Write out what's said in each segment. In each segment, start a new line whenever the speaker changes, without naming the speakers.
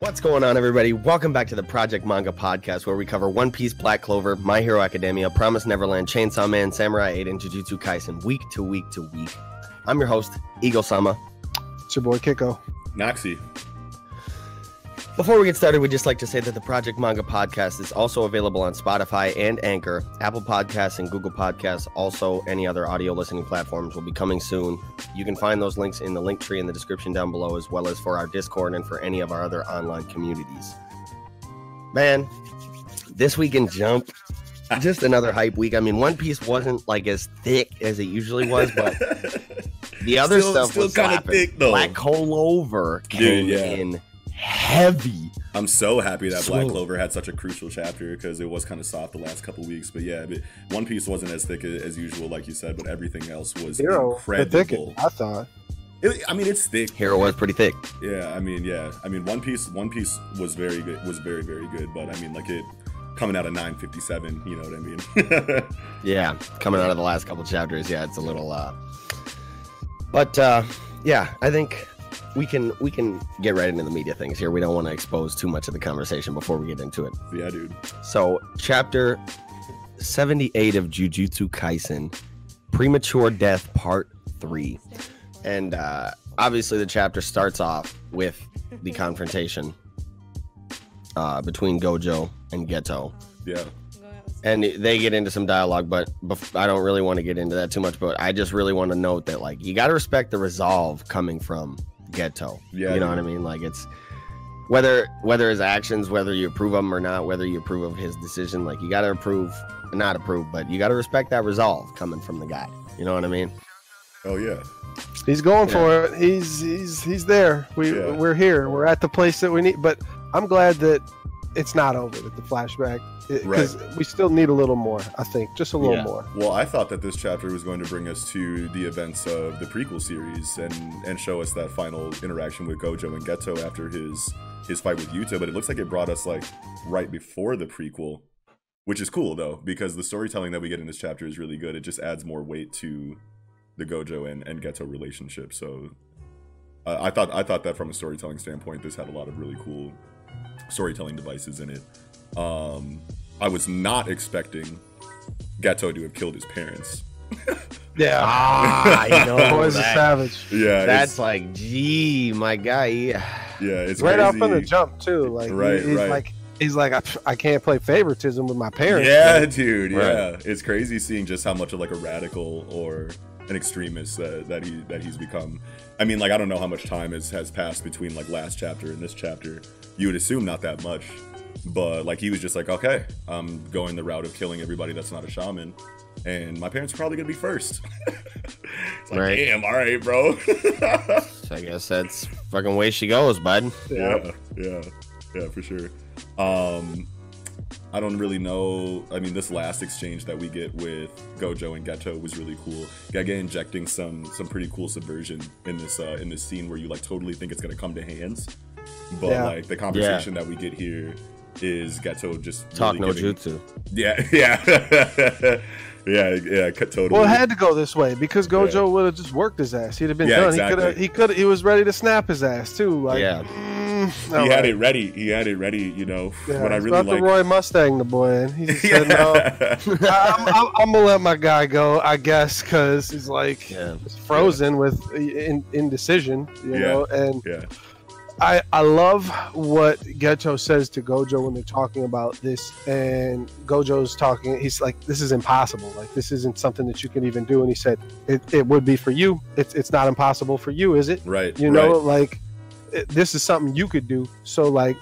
What's going on, everybody? Welcome back to the Project Manga Podcast, where we cover One Piece, Black Clover, My Hero Academia, Promise Neverland, Chainsaw Man, Samurai 8, and Jujutsu Kaisen, week to week to week. I'm your host, Eagle Sama.
It's your boy Kiko.
Noxy.
Before we get started, we'd just like to say that the Project Manga Podcast is also available on Spotify and Anchor, Apple Podcasts, and Google Podcasts. Also, any other audio listening platforms will be coming soon. You can find those links in the link tree in the description down below, as well as for our Discord and for any of our other online communities. Man, this week in Jump, just another hype week. I mean, One Piece wasn't like as thick as it usually was, but the other
Still-
stuff
still
was
kinda
slapping.
thick, though.
Black Hole Over came
Dude, yeah.
in heavy.
I'm so happy that Black
Slow.
Clover had such a crucial chapter because it was kind of soft the last couple weeks. But yeah, but One Piece wasn't as thick a- as usual, like you said, but everything else was
Hero. The thicket,
incredible.
I thought.
It- I mean, it's thick.
Hero was pretty thick.
Yeah, I mean, yeah, I mean, One Piece, One Piece was very good, was very very good. But I mean, like it coming out of 957, you know what I mean?
Yeah, coming out of the last couple chapters, yeah, it's a little uh But uh yeah, I think we can we can get right into the media things here. We don't want to expose too much of the conversation before we get into it.
yeah, dude.
So, chapter 78 of Jujutsu Kaisen, Premature Death Part 3. And uh obviously the chapter starts off with the confrontation uh between Gojo and Geto
Yeah,
and they get into some dialogue but bef- i don't really want to get into that too much but i just really want to note that like you got to respect the resolve coming from ghetto
Yeah,
you know
dude.
what i mean like it's whether whether his actions whether you approve of him or not whether you approve of his decision like you got to approve not approve but you got to respect that resolve coming from the guy you know what i mean
oh yeah,
He's going
Yeah.
for it. He's he's he's there. We
Yeah.
we're here. We're at the place that we need. But I'm glad that it's not over with the flashback because we still need a little more. I think just a little
Yeah.
more.
Well, I thought that this chapter was going to bring us to the events of the prequel series and and show us that final interaction with Gojo and Geto after his his fight with Yuta, but it looks like it brought us like right before the prequel, which is cool though because the storytelling that we get in this chapter is really good. It just adds more weight to the Gojo and and Geto relationship. So uh, I thought I thought that from a storytelling standpoint, this had a lot of really cool storytelling devices in it. Um, I was not expecting Gato to have killed his parents.
Yeah.
ah i know
Boys
that.
are savage.
Yeah,
that's
it's,
like gee my guy yeah.
yeah, it's
right off
crazy.
from the jump too. Like he-
Right,
he's
right.
like he's like I, I can't play favoritism with my parents.
Yeah, dude.
Right.
Yeah, it's crazy seeing just how much of like a radical or an extremist that, that he that he's become. I mean, like I don't know how much time has has passed between like last chapter and this chapter. You would assume not that much, but like he was just like, okay, I'm going the route of killing everybody that's not a shaman, and my parents are probably gonna be first. it's like,
Right.
damn, all right, bro.
so i guess that's fucking way she goes bud
yeah yeah yeah for sure um i don't really know i mean this last exchange that we get with gojo and geto was really cool gege injecting some some pretty cool subversion in this uh in this scene where you like totally think it's gonna come to hands but
Yeah.
like the conversation that we get here is geto just
talk
really
no
giving-
jutsu
yeah yeah yeah yeah cut totally
Well, it had to go this way because Gojo would have just worked his ass. He'd have been
Yeah,
done.
exactly.
He could have. He could. He was ready to snap his ass too. Like,
Yeah.
mm,
he
all
had
right.
it ready he had it ready you know
Yeah,
what i
it's
really
about
like
the Roy Mustang, the boy, and he just said, "No,
yeah.
I, I'm, I'm, I'm gonna let my guy go, I guess, because he's like
yeah
he's frozen with in, indecision, you
Yeah.
know." And
yeah
I I love what Geto says to Gojo when they're talking about this, and Gojo's talking. He's like, "This is impossible. Like, this isn't something that you can even do." And he said, "It, it would be for you. It's it's not impossible for you, is it?"
right
You
right.
know, like it, this is something you could do. So like,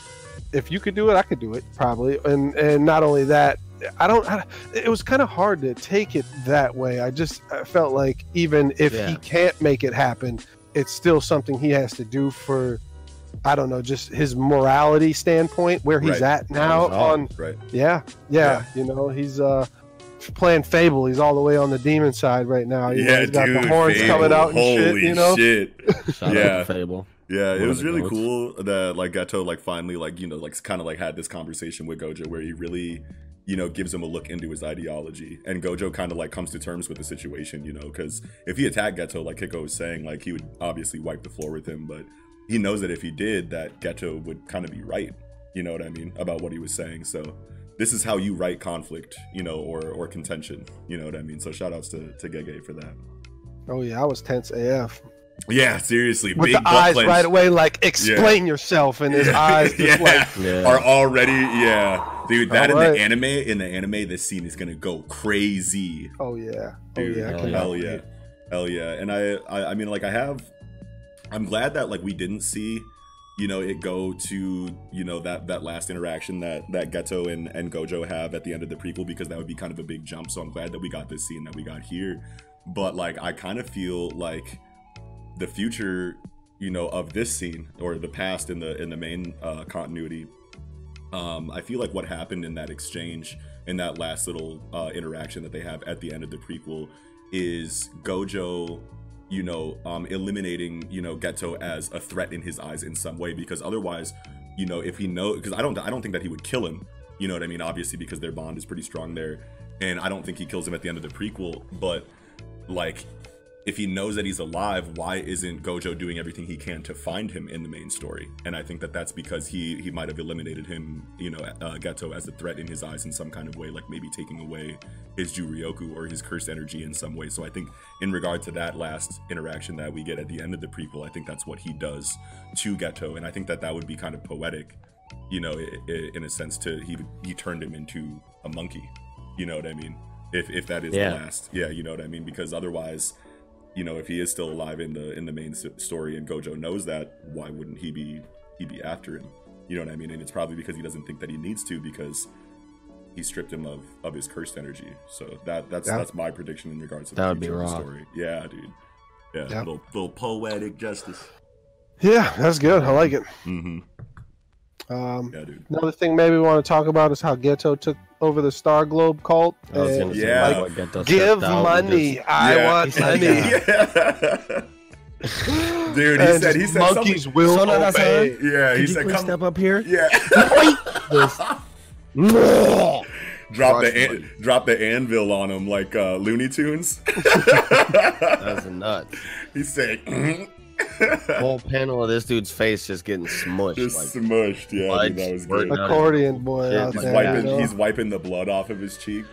if you could do it, I could do it probably. And and not only that, I don't. I, it was kind of hard to take it that way. I just I felt like even if
Yeah.
he can't make it happen, it's still something he has to do for. I don't know, just his morality standpoint, where he's
Right.
at now
Resolve.
on
right
yeah, yeah, You know, he's uh playing Fable. He's all the way on the demon side right now. You know, he's got the horns
Fable.
coming out and shit.
Holy
You know,
shit.
Shout
Yeah.
out to Fable.
Yeah,
One
it
of
was
the
really
goats.
cool that like Gato like finally like you know like kind of like had this conversation with Gojo where he really you know, gives him a look into his ideology. And Gojo kind of like comes to terms with the situation, you know, because if he attacked Geto, like Kiko was saying, like he would obviously wipe the floor with him, but he knows that if he did, that Geto would kind of be right, you know what I mean, about what he was saying. So this is how you write conflict, you know, or or contention, you know what I mean. So shout outs to, to Gege for that.
Oh yeah, I was tense AF.
Yeah, seriously,
With
big
the
butt
eyes
clench.
right away, like explain yourself, and his eyes just like
Yeah.
are already yeah dude that in
Alright.
the anime in the anime this scene is gonna go crazy
Oh yeah. Oh
dude
yeah. I
hell
cannot
hell yeah
wait.
hell yeah and I, I i mean like i have i'm glad that like we didn't see you know it go to you know that that last interaction that that Geto and and Gojo have at the end of the prequel because that would be kind of a big jump so i'm glad that we got this scene that we got here but like i kind of feel like the future you know of this scene or the past in the in the main uh, continuity um i feel like what happened in that exchange in that last little uh, interaction that they have at the end of the prequel is Gojo, you know, um, eliminating you know Geto as a threat in his eyes in some way because otherwise, you know, if he know because I don't I don't think that he would kill him. You know what I mean? Obviously because their bond is pretty strong there, and I don't think he kills him at the end of the prequel. But like, if he knows that he's alive, why isn't Gojo doing everything he can to find him in the main story? And I think that that's because he he might have eliminated him, you know, uh, Geto as a threat in his eyes in some kind of way, like maybe taking away his Juryoku or his cursed energy in some way. So I think in regard to that last interaction that we get at the end of the prequel, I think that's what he does to Geto, and I think that that would be kind of poetic, you know, i i in a sense to he he turned him into a monkey, you know what I mean? If if that is
Yeah.
the last, yeah, you know what I mean, because otherwise, you know, if he is still alive in the in the main s- story and Gojo knows that, why wouldn't he be he be after him? You know what I mean? And it's probably because he doesn't think that he needs to because he stripped him of of his cursed energy. So that that's
Yeah.
that's my prediction in regards to the
That would be
future of the
raw.
story. Yeah, dude. Yeah,
Yeah.
Little, little poetic justice.
Yeah, that's good. I like it.
Mm-hmm.
Um,
Yeah, dude.
Another thing maybe we want to talk about is how Ghetto took over the Star Globe cult.
I was
and
gonna say,
Yeah.
like, get those
give
stepped out and
money.
just-
I
Yeah.
want money.
Yeah. Dude, he
And
said he
just
said
monkeys will
Son of a
obey.
something. Yeah, he
Could you
said
please
come.
step up here?
Yeah. drop the
Crush
an-
one.
drop the anvil on him like uh, Looney Tunes.
That was nuts.
he said
Whole panel of this dude's face just getting smushed.
just
like,
smushed. Yeah, dude,
Bugs
that was
were
good.
not-
Accordion boy
Yeah,
out
He's
there.
wiping,
you know?
he's wiping the blood off of his cheek.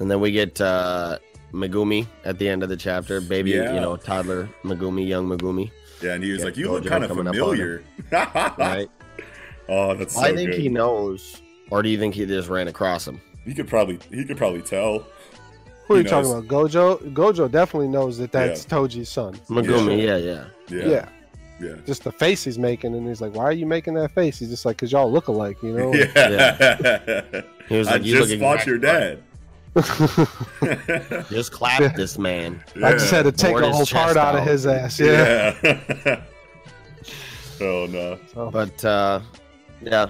And then we get uh, Megumi at the end of the chapter. Baby,
Yeah.
you know, toddler Megumi, young Megumi.
Yeah, and he was
Yeah,
like, "You
Gojo
look kind of
coming up on
familiar."
Right?
Oh, that's so
I think
good.
he knows. Or do you think he just ran across him?
He could probably he could probably tell.
Who are
he
you talking
knows.
about? Gojo? Gojo definitely knows that that's Toji's son.
Megumi, yeah, yeah.
Yeah,
Yeah.
yeah, yeah,
Just the face he's making, and he's like, "Why are you making that face?" He's just like, "Cause y'all look alike," you know.
Oh, He was
I
like, you look
just fought
exactly
your dad.
Just clap this man.
I just had to take
Bored
a
his
whole part
chest
out of
out.
his ass. Yeah.
Yeah. oh no.
So,
But, uh, yeah.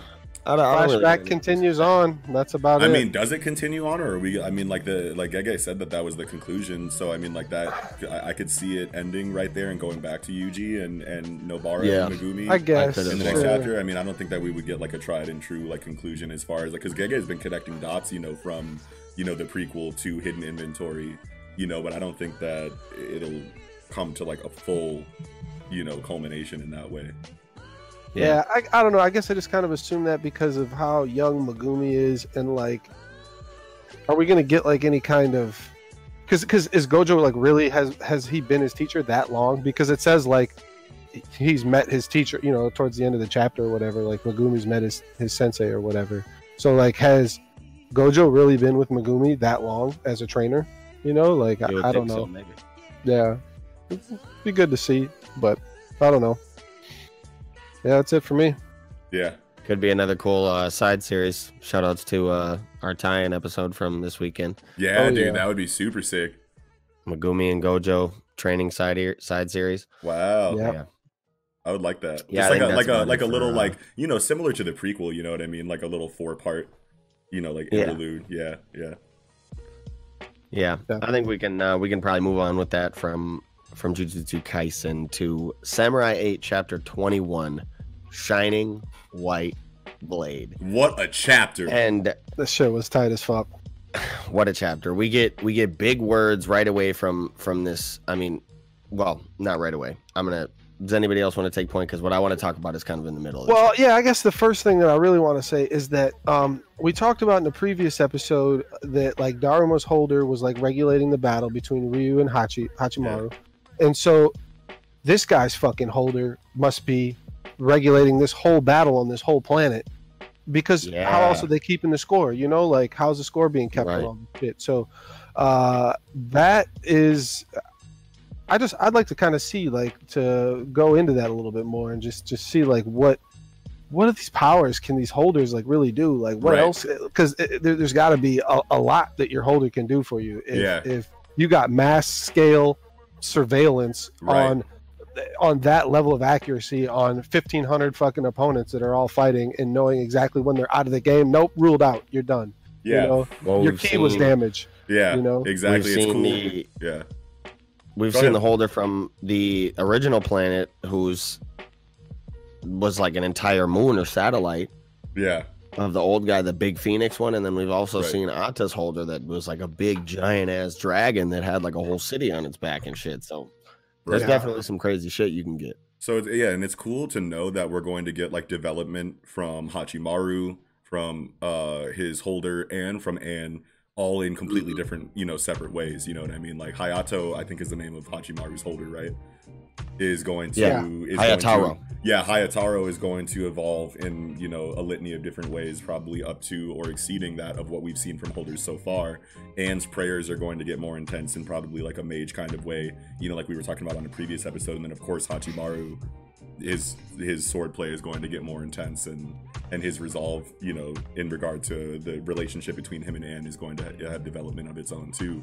I don't, I don't really
flashback
get it.
continues on. That's about
I
it.
mean, does it continue on, or are we? I mean, like the like Gege said that that was the conclusion. So I mean, like that, I, I could see it ending right there and going back to Yuji and and Nobara
Yeah.
and Megumi.
I guess.
could've
in the
as
next
well.
chapter. I mean, I don't think that we would get like a tried and true like conclusion as far as like because Gege has been connecting dots, you know, from you know the prequel to Hidden Inventory, you know, but I don't think that it'll come to like a full, you know, culmination in that way.
Yeah.
Yeah, I, I don't know. I guess I just kind of assume that because of how young Megumi is, and like, are we gonna get like any kind of? Because because is Gojo like really has has he been his teacher that long? Because it says like he's met his teacher, you know, towards the end of the chapter or whatever. Like Megumi's met his his sensei or whatever. So like, has Gojo really been with Megumi that long as a trainer? You know, like
You would
I, I don't
think so,
know.
maybe.
Yeah, It'd be good to see, but I don't know. Yeah, that's it for me.
Yeah.
Could be another cool uh, side series. Shout outs to uh, our tie in episode from this weekend.
Yeah,
Oh,
dude,
yeah.
that would be super sick.
Megumi and Gojo training side, ear side series. Oh,
Wow.
Yeah.
I would like that.
Yeah,
Yeah,
I
like
think
a
that's
like a
one
like a
for,
little
uh,
like you know similar to the prequel. You know what I mean? Like a little four part. You know, like
Yeah.
interlude. Yeah, yeah,
Yeah,
Yeah.
I think we can uh, we can probably move on with that from from Jujutsu Kaisen to Samurai Eight Chapter Twenty One, Shining White Blade.
What a chapter!
And
This shit was tight as fuck.
what a chapter. We get we get big words right away from from this. I mean, well, not right away. I'm gonna. Does anybody else want to take point? Because what I want to talk about is kind of in the middle. Of this.
Well, yeah, I guess the first thing that I really want to say is that um, we talked about in the previous episode that like Daruma's holder was like regulating the battle between Ryu and Hachi Hachimaru, and so this guy's fucking holder must be regulating this whole battle on this whole planet because how
Yeah.
else are they keeping the score? You know, like how's the score being kept
Right.
and all this shit? So uh, that is I just I'd like to kind of see like to go into that a little bit more and just just see like what what are these powers can these holders like really do like what
Right.
else because there, there's got to be a, a lot that your holder can do for you if,
Yeah.
if you got mass scale surveillance
Right.
on eh, on that level of accuracy on 1500 fucking opponents that are all fighting and knowing exactly when they're out of the game nope ruled out you're done
yeah,
you know
Well,
your
we've
key was
seen-
damaged
yeah,
you know?
exactly.
We've
It's
seen
cool.
the
Yeah,
We've
Go
seen
ahead.
the holder from the original planet who's was like an entire moon or satellite
yeah,
of the old guy, the big phoenix one, and then we've also
Right.
seen Atta's holder that was like a big giant ass dragon that had like a whole city on its back and shit. So there's
right.
Yeah.
definitely some crazy shit you can get.
So it's, yeah, and it's cool to know that we're going to get like development from Hachimaru, from uh his holder, and from Anne, all in completely different, you know, separate ways. You know what I mean? Like Hayato, I think is the name of Hachimaru's holder, right? Is going to
Yeah.
is going to-
Hayataro.
yeah, Hayataro is going to evolve in, you know, a litany of different ways, probably up to or exceeding that of what we've seen from holders so far. Anne's prayers are going to get more intense in probably like a mage kind of way, you know, like we were talking about on the previous episode. And then of course Hachimaru his his sword play is going to get more intense and and his resolve, you know, in regard to the relationship between him and Anne is going to ha- have development of its own too.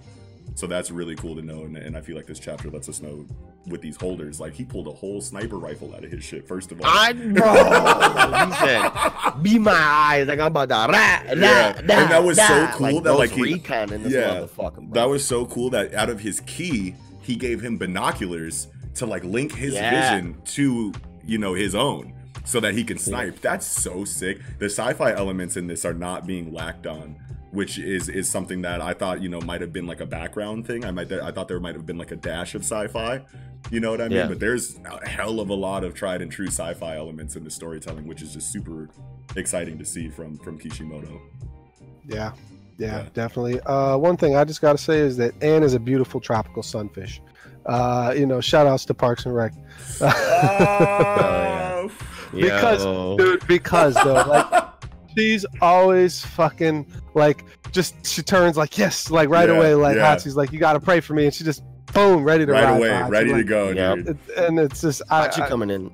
So that's really cool to know, and, and I feel like this chapter lets us know with these holders, like he pulled a whole sniper rifle out of his shit. First of all,
I know. he said, "Be my eyes." Like I'm about to. Rah, rah,
Yeah, and
rah,
that was so
rah,"
cool
Like,
that,
those
like, he-
recon in this
yeah,
motherfucker.
That
bro.
was so cool that out of his key, he gave him binoculars to like link his
Yeah.
vision to, you know, his own so that he can snipe. That's so sick. The sci-fi elements in this are not being lacked on, which is is something that I thought, you know, might have been like a background thing. I might I thought there might have been like a dash of sci-fi. You know what I mean?
Yeah.
But there's a hell of a lot of tried and true sci-fi elements in the storytelling, which is just super exciting to see from from Kishimoto.
yeah yeah,
Yeah.
definitely. Uh, one thing I just got to say is that Anne is a beautiful tropical sunfish. Uh, you know, shout outs to Parks and Rec.
oh,
because-
Yo.
dude because though like she's always fucking like just she turns like yes like right
Yeah,
away like
yeah.
Hachi's like you gotta pray for me and she just boom ready to
right
ride
away,
for Hachi,
ready to
like,
go,
Yep.
dude.
it- and it's just I,
Hachi
I-
coming in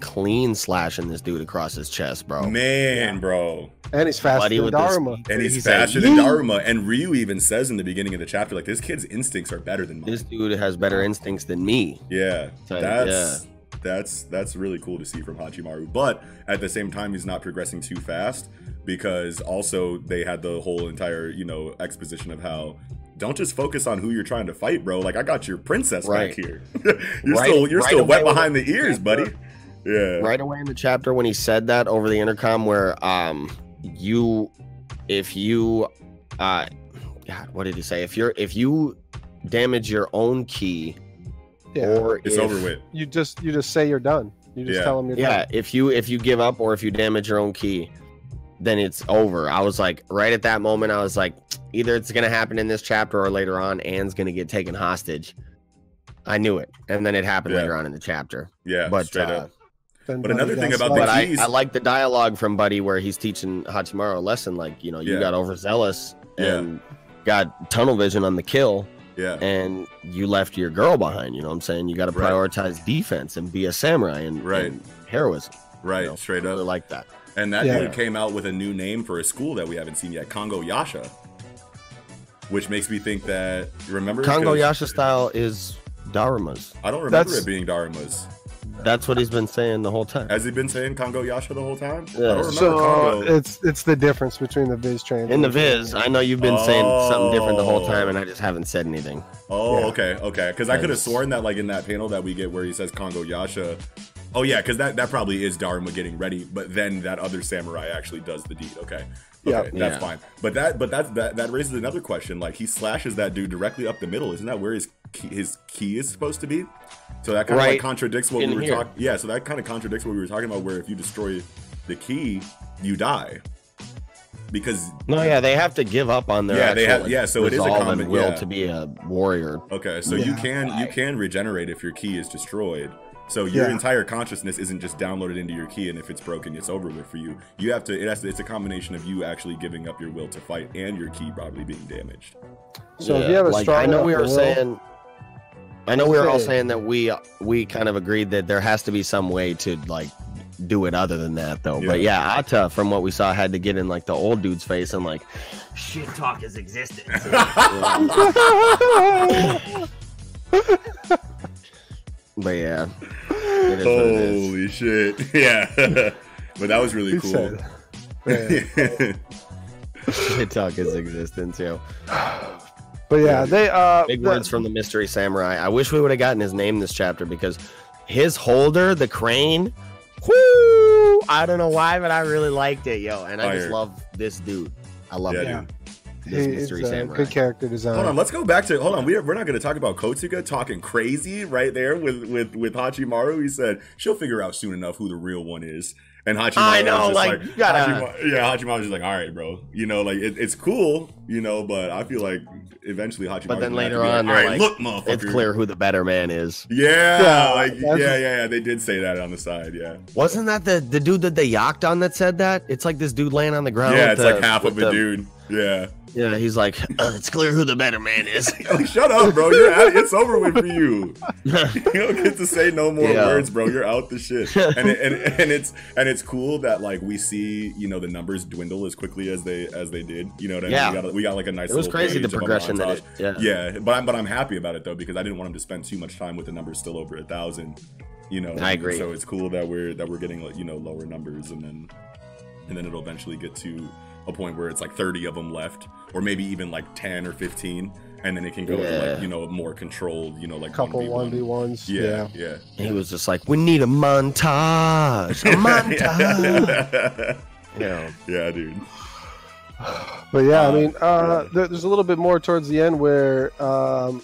clean slashing this dude across his chest,
Oh,
bro.
Man, bro.
and he's faster
Buddy
than
with this-
Dharma
And he's,
He's like,
faster than
"Yeet."
Daruma. And Ryu even says in the beginning of the chapter, like, this kid's instincts are better than mine.
This dude has better instincts than me.
yeah.
So,
That's that's that's really cool to see from Hachimaru. But at the same time, he's not progressing too fast because also they had the whole entire, you know, exposition of how don't just focus on who you're trying to fight, bro. Like I got your princess
Right.
back here. you're
Right-
still you're
right
still wet
away.
behind the ears, buddy. Yeah.
Right away in the chapter when he said that over the intercom, where um you, if you, uh, God, what did he say? If you're if you damage your own key
yeah
or
It's
if-
over with.
you just you just say you're done you just
Yeah.
tell him you're
Yeah,
done
if you if you give up or if you damage your own key, then it's over. I was like, right at that moment, I was like, either it's gonna happen in this chapter or later on, Anne's gonna get taken hostage. I knew it, and then it happened
Yeah.
later on in the chapter.
Yeah.
but
straight
uh,
up.
Then
But
Buddy
another
got
thing about the
but
slapped.
I,
keys-
I like the dialogue from Buddy where he's teaching Hachimaru a lesson, like you know, you
Yeah.
got overzealous
Yeah.
and got tunnel vision on the kill,
Yeah.
and you left your girl behind. You know what I'm saying? You got to
Right.
prioritize defense and be a samurai and,
Right.
and heroism.
Right.
know,
Straight
I
up.
really like that.
And that
Yeah.
dude came out with a new name for a school that we haven't seen yet, Congo Yasha. Which makes me think that remember
Congo
'Cause
Yasha style is Daruma's.
I don't remember
That's-
it being Daruma's.
That's what he's been saying the whole time.
Has he been saying Congo Yasha the whole time? I
Yeah.
don't remember
so uh,
Congo.
it's it's the difference between the Viz train
In the Viz, I know you've been saying something different the whole
Oh.
time, and I just haven't said anything.
Oh,
yeah.
okay, okay. Because I could have
Nice.
sworn that like in that panel that we get where he says Congo Yasha, Oh yeah, because that, that probably is Dharma getting ready, but then that other samurai actually does the deed. Okay.
Yeah.
Okay, that's
Yeah.
fine. But that but that, that that raises another question. Like he slashes that dude directly up the middle. Isn't that where his key, his key is supposed to be? So that kind of
Right.
like contradicts what
In
we were
here.
talking. Yeah, so that kind of contradicts what we were talking about. Where if you destroy the key, you die. Because
No, yeah, they have to give up on their
Yeah,
yeah,
they
they
have- yeah, so it is a common-
will
yeah.
to be a warrior.
okay, so you
Yeah.
can you can regenerate if your key is destroyed. So your
Yeah.
entire consciousness isn't just downloaded into your key, and if it's broken, it's over with for you. You have to. It has to. It's a combination of you actually giving up your will to fight and your key probably being damaged.
So if
Yeah,
you have a
like,
strong
I know we
enough
were
will-
saying. I know we were all
Say it.
saying that we we kind of agreed that there has to be some way to like do it other than that though. But yeah, Atta from what we saw had to get in like the old dude's face and like shit talk his existence. uh, but yeah, it is what it is.
Holy shit! Yeah, but that was really
He
cool.
said- Yeah.
shit talk his existence. Yo,
But yeah, they uh
big
the-
words from the mystery samurai. I wish we would have gotten his name this chapter because his holder, the crane. Whoo! I don't know why, but I really liked it, yo. And I just
Fire.
love this dude. I love
Yeah,
it.
dude.
This
he-
mystery
it's, uh,
samurai.
good character design.
Hold on, let's go back to hold on. We're, we're not going to talk about Kotsuka talking crazy right there with with with Hachimaru. He said she'll figure out soon enough who the real one is. And Hachimaru
I know,
was just
like, you gotta-
Hachima- yeah, Hachimaru's just like, all right, bro. You know, like it, it's cool, you know, but I feel like eventually Hachimaru.
But then later on,
all
they're
right,
like,
look, motherfucker,
It's clear who the better man is.
Yeah,
Yeah,
like, yeah,
that's-
yeah, yeah. They did say that on the side. Yeah,
Wasn't that the, the dude that they yacked on that said that? It's like this dude laying on the ground.
yeah.
with
It's
the-
like half of
with
a
the-
dude. Yeah.
Yeah, he's like, "Uh, it's clear who the better man is.
Like, shut up, bro. You're out, it's over with for you. you don't get to say no more
Yeah.
words, bro. You're out the shit. And, it, and and it's and it's cool that like we see you know the numbers dwindle as quickly as they as they did. You know what I
Yeah.
mean? We got, we got like a nice.
it was
little
crazy the
page of a
progression that it.
montage.
Yeah.
Yeah, but I'm but I'm happy about it though because I didn't want him to spend too much time with the numbers still over a thousand. You know,
I agree.
So it's cool that we're that we're getting like you know lower numbers and then and then it'll eventually get to a point where it's like 30 of them left or maybe even like 10 or 15 and then it can go to
Yeah.
like you know more controlled you know like
couple
1v1.
one v ones.
yeah
Yeah.
yeah,
He was just like, we need a montage. A montage.
yeah.
yeah.
dude
But yeah,
Uh,
I mean, uh,
yeah.
there, there's a little bit more towards the end where um,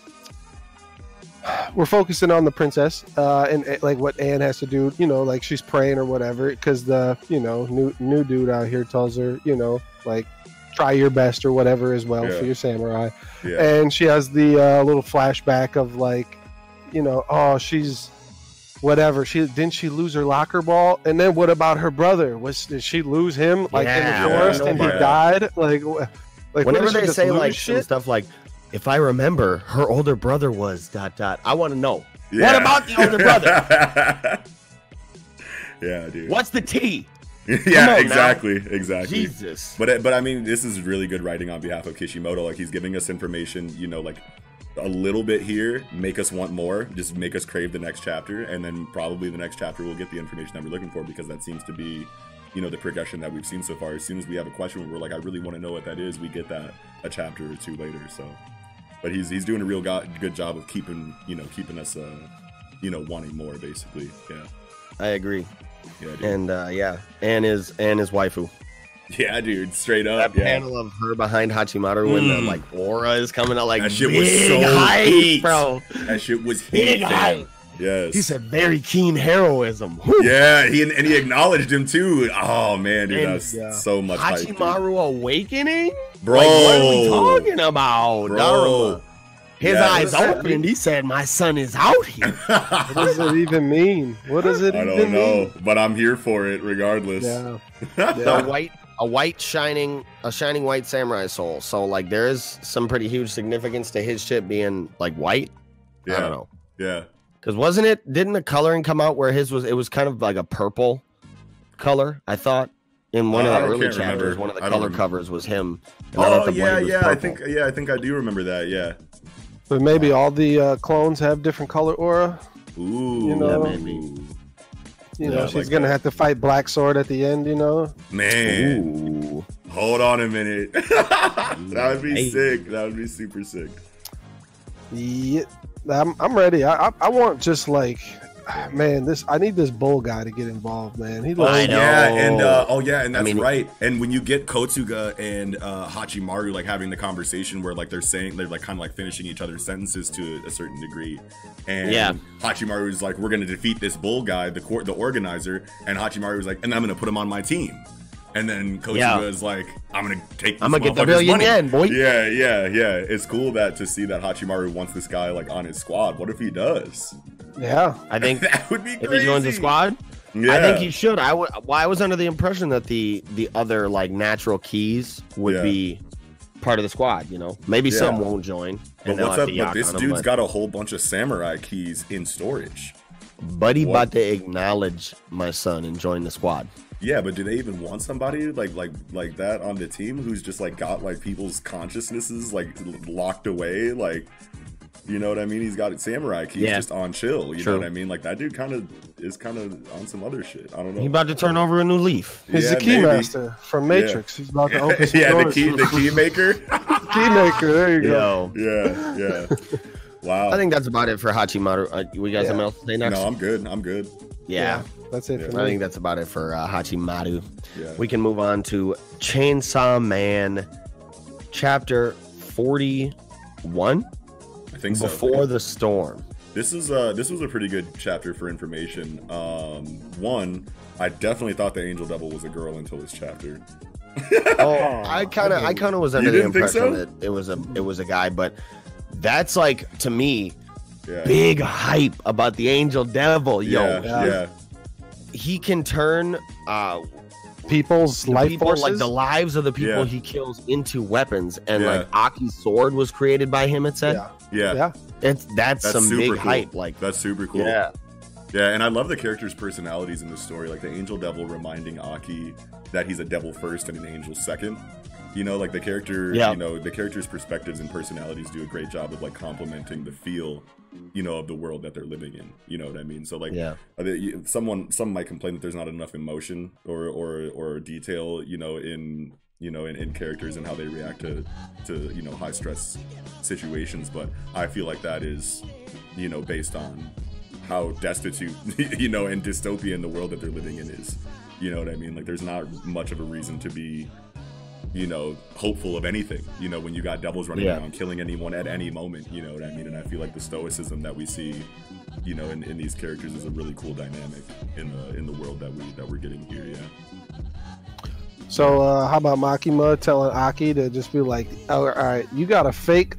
we're focusing on the princess uh, and uh, like what Anne has to do. You know, like she's praying or whatever, because the you know new new dude out here tells her, you know, like try your best or whatever as well
Yeah.
for your samurai.
yeah
and she has the uh, little flashback of like, you know, oh, she's whatever. She didn't she lose her locker ball, and then what about her brother? Was did she lose him like
Yeah,
in the forest and he
yeah.
died? Like, wh- like what,
Whenever
did she
they
just
say
lose
like some
shit.
stuff like, if I remember, her older brother was dot dot. I want to know
Yeah.
What about the older
brother yeah dude
what's the T. Come on
yeah
now.
exactly exactly
Jesus.
But but I mean, this is really good writing on behalf of Kishimoto. Like he's giving us information, you know, like a little bit here, make us want more, just make us crave the next chapter, and then probably the next chapter we'll get the information that we're looking for because that seems to be, you know, the progression that we've seen so far. As soon as we have a question, we're like, I really want to know what that is. We get that a chapter or two later. So, but he's he's doing a real go- good job of keeping you know keeping us uh you know wanting more basically. Yeah,
I agree.
yeah, dude.
And uh, yeah, Anne is Anne is waifu.
yeah, dude, straight up.
that
yeah.
panel of her behind Hachimaru when the
Mm.
like aura is coming out like
That shit was
big
so
hype,
heat.
bro.
That shit was
Big
heat.
hype.
fam. Yes.
He said very keen heroism. Whew.
Yeah, he and he acknowledged him too. Oh man, dude,
And,
that's
yeah.
so much hype, dude.
Hachimaru awakening?
bro.
Like, what are we talking about?
Bro.
Daruma? His
Yeah.
eyes
What does that
opened. He said, "My son is out here."
What does it even mean? What does it
I
even
don't know,
mean?
but I'm here for it regardless.
Yeah.
a
Yeah.
white, a white shining, a shining white samurai soul. So like, there is some pretty huge significance to his shit being like white.
yeah,
I don't know.
yeah.
Because wasn't it? Didn't the coloring come out where his was? It was kind of like a purple color. I thought in one
Uh,
of
I
the early
can't
chapters,
remember.
one of the
I don't
color
remember.
covers was him. and I thought
Oh
the
yeah,
blade was
yeah. I
purple.
think yeah, I think I do remember that. Yeah.
But maybe all the uh, clones have different color aura.
Ooh.
You know-
Yeah, maybe.
You
Yeah,
know,
I
she's
like
gonna
that.
have to fight Black Sword at the end. You know,
man.
Ooh.
Hold on a minute. that would be
Hey.
sick. That would be super sick.
Yeah, I'm, I'm ready. I, I I want just like man, this I need this bull guy to get involved, man. He
I
Oh
looks
know.
yeah, and uh, oh yeah, and
I
that's
mean-
right. And when you get Kotsuga and uh, Hachimaru like having the conversation where like they're saying they're like kind of like finishing each other's sentences to a certain degree, and
Yeah.
Hachimaru's like, "We're gonna defeat this bull guy, the court, the organizer," and Hachimaru's like, "And I'm gonna put him on my team." And then Kotsuga
Yeah.
is like, "I'm gonna take, this
I'm gonna get the
motherfucker's
billion
money."
yen, boy.
Yeah, yeah, yeah. It's cool that to see that Hachimaru wants this guy like on his squad. What if he does?
yeah.
I think
that would be
if
crazy.
he joins the squad,
yeah.
I think he should. I would. Well, I was under the impression that the the other like natural keys would
Yeah.
be part of the squad. You know, maybe
Yeah.
some won't join.
But
they'll
what's
have to
up? But
yak
this
on 'em,
dude's
but
got a whole bunch of samurai keys in storage.
Buddy
What?
about to acknowledge my son and join the squad.
Yeah, but do they even want somebody like like like that on the team who's just like got like people's consciousnesses like l- locked away? Like, you know what I mean? He's got samurai keys
Yeah.
just on chill. You
True.
know what I mean? Like that dude kind of is kind of on some other shit. I don't know.
He about to turn over a new leaf.
He's
Yeah,
the key
maybe.
master from Matrix. He's about to open some
yeah, the
doors.
key, the key maker.
Key maker. There you go.
Yo,
yeah, yeah. Wow.
I think that's about it for Hachimaru. Uh, we got
Yeah.
something else to say next?
no, I'm good. I'm good.
yeah,
that's it.
Yeah.
For
I
me.
think that's about it for uh, Hachimaru.
Yeah.
We can move on to Chainsaw Man, chapter forty-one.
I think so.
Before the storm.
This is uh this was a pretty good chapter for information. Um one, I definitely thought the angel devil was a girl until this chapter.
Oh, I kind of, I kind of was under the
didn't think
impression
so?
that it was a, it was a guy, but that's like to me
Yeah.
big hype about the angel devil, yo.
yeah,
yeah.
yeah.
He can turn uh
People's
the
life
people
forces.
like the lives of the people
Yeah.
he kills into weapons, and
Yeah.
like Aki's sword was created by him. It said
yeah.
Yeah.
Yeah.
it's that's,
That's
some
super
big
cool.
hype, like
That's super cool.
yeah,
Yeah, and I love the characters' personalities in the story, like the angel devil reminding Aki that he's a devil first and an angel second. You know, like the character,
Yeah.
you know, the characters' perspectives and personalities do a great job of like complementing the feel, you know, of the world that they're living in. You know what I mean? So like
yeah,
I think you- someone some might complain that there's not enough emotion or or or detail you know in you know in, in characters and how they react to to you know high stress situations but i feel like that is you know based on how destitute you know and dystopian the world that they're living in is you know what i mean like there's not much of a reason to be you know hopeful of anything you know when you got devils running
Yeah.
around killing anyone at any moment you know what i mean and i feel like the stoicism that we see you know, in, in these characters is a really cool dynamic in the in the world that we that we're getting here. Yeah,
So uh, how about Makima telling Aki to just be like, "Oh, all all right, you got to fake,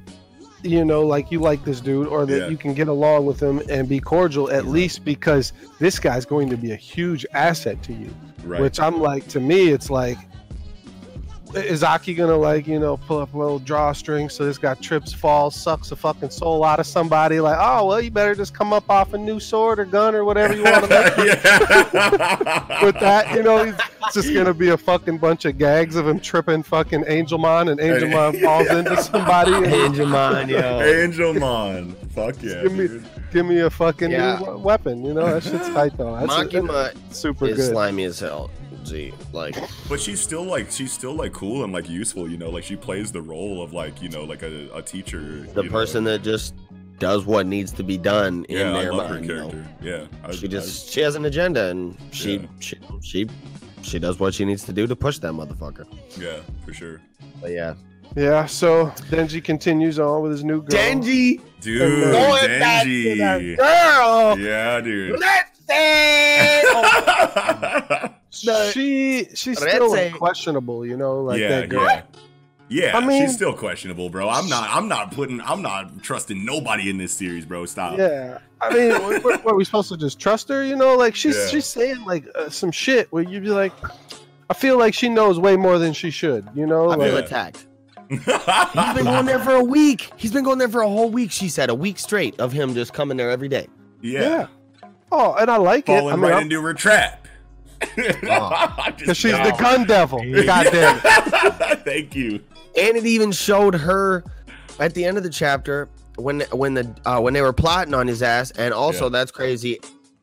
you know, like you like this dude, or that
Yeah.
you can get along with him and be cordial at
Yeah.
least because this guy's going to be a huge asset to you.
right.
Which I'm like, to me, it's like, is Aki gonna like you know pull up a little drawstring so this guy trips, falls, sucks the fucking soul out of somebody? Like, oh well, you better just come up off a new sword or gun or whatever you want to make
yeah.
with that. You know, it's just gonna be a fucking bunch of gags of him tripping fucking Angelmon, and Angelmon falls into somebody. And
Angel mind, yo.
Angel Mon, fuck yeah,
Give me-
dude.
give me a fucking new
Yeah.
we- weapon. You know, that shit's tight though. That's,
Makima
that's super
is
good.
slimy as hell. Gee, like
But she's still like she's still like cool and like useful, you know. Like she plays the role of like you know like a, a teacher,
the
you know.
person that just does what needs to be done in
Yeah, I
their
love her
mind. you know?
character. Yeah, I-
she
I-
just she has an agenda and she
Yeah.
she she she does what she needs to do to push that motherfucker.
yeah for sure,
But yeah,
Yeah. So Denji continues on with his new girl.
dude.
Going
Denji,
girl,
yeah, dude.
let's say. the-
she she's
But I'd
still
say-
like, questionable, you know, like
yeah,
that girl.
Yeah. Yeah,
I mean-
she's still questionable, bro. I'm not. I'm not putting. I'm not trusting nobody in this series, bro. Stop.
Yeah, I mean, what, what, what, are we supposed to just trust her? You know, like she's
Yeah.
she's saying like uh, some shit where you'd be like, I feel like she knows way more than she should. You know,
I feel
like
Yeah.
Oh, attacked. He's been going there for a week. He's been going there for a whole week. She said a week straight of him just coming there every day.
yeah.
yeah. Oh, and I like it.
falling
I mean,
right
I'm-
into her trap.
Oh.
Cause she's the gun devil.
Yeah.
God damn it.
Thank you.
and it even showed her at the end of the chapter when when the uh, when they were plotting on his ass and also
Yeah.
that's crazy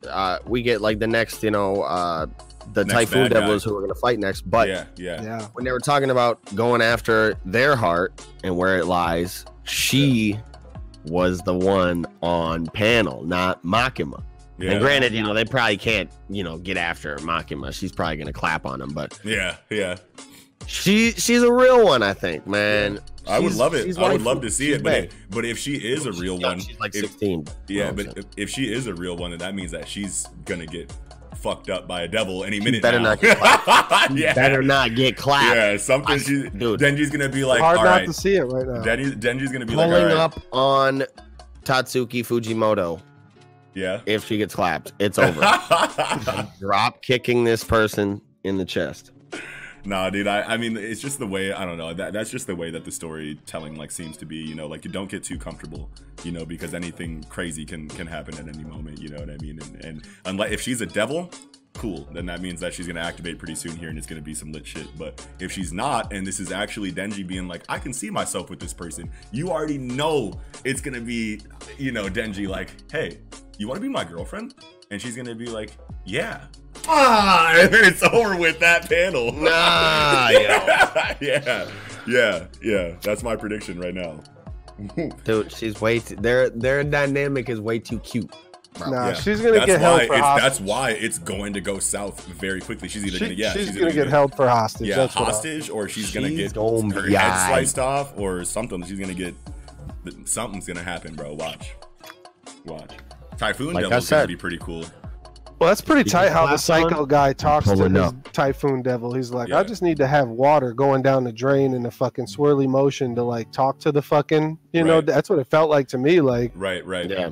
uh we get like the next you know uh the
Next
typhoon
bad guy.
devils who we're gonna fight next but
yeah, yeah,
Yeah.
when they were talking about going after their heart and where it lies she was the one on panel not makima
Yeah.
And granted, you know, they probably can't, you know, get after Makima. She's probably gonna clap on him, but
yeah, yeah.
she she's a real one, I think, man.
I would
She's-
love it.
she's
I would
waifu.
love to see
She's
it. But
bae.
if, but if she is a
She's
real
young.
one,
She's like
if-
sixteen.
yeah.
Oh,
But
shit.
if, if she is a real one, then that means that she's gonna get fucked up by a devil any
She
minute.
better
now.
not get
yeah.
better not get clapped.
Yeah, something.
I-
She,
dude.
Denji's gonna be like,
Hard
all
not
right.
to see it right now.
Denji, Denji's gonna be like,
Pulling
all right.
up on Tatsuki Fujimoto
Yeah.
if she gets clapped. It's over. Drop kicking this person in the chest.
Nah, dude. I, I mean, it's just the way. I don't know. That that's just the way that the storytelling like seems to be. You know, like you don't get too comfortable. You know, because anything crazy can can happen at any moment. You know what I mean? And, and unless if she's a devil, cool. Then that means that she's gonna activate pretty soon here, and it's gonna be some lit shit. But if she's not, and this is actually Denji being like, I can see myself with this person. You already know it's gonna be, you know, Denji like, hey, you want to be my girlfriend? And she's gonna be like, yeah. Ah, and then it's over with that panel.
Nah,
yeah, yeah, yeah, yeah. That's my prediction right now.
Dude, she's way too, their their dynamic is way too cute.
nah,
Yeah.
she's gonna
That's
get held
why
for
it's, that's
hostage.
why it's going to go south very quickly. She's either
She-
gonna yeah,
she's,
either
gonna, get held for hostage.
yeah
that's what I-
hostage, or she's gonna
She's
get
gonna
her
be
head
aight.
sliced off, or something. She's gonna get something's gonna happen, bro. Watch, watch. Typhoon
Like I
Devil's gonna
said.
be pretty cool.
Well, that's pretty
You
tight
can
how the
slap
psycho guy talks to
pulling
the
up.
typhoon devil. He's like,
Yeah.
I just need to have water going down the drain in a fucking swirly motion to like talk to the fucking, you know,
Right.
that's what it felt like to me. Like,
Right, right.
Yeah.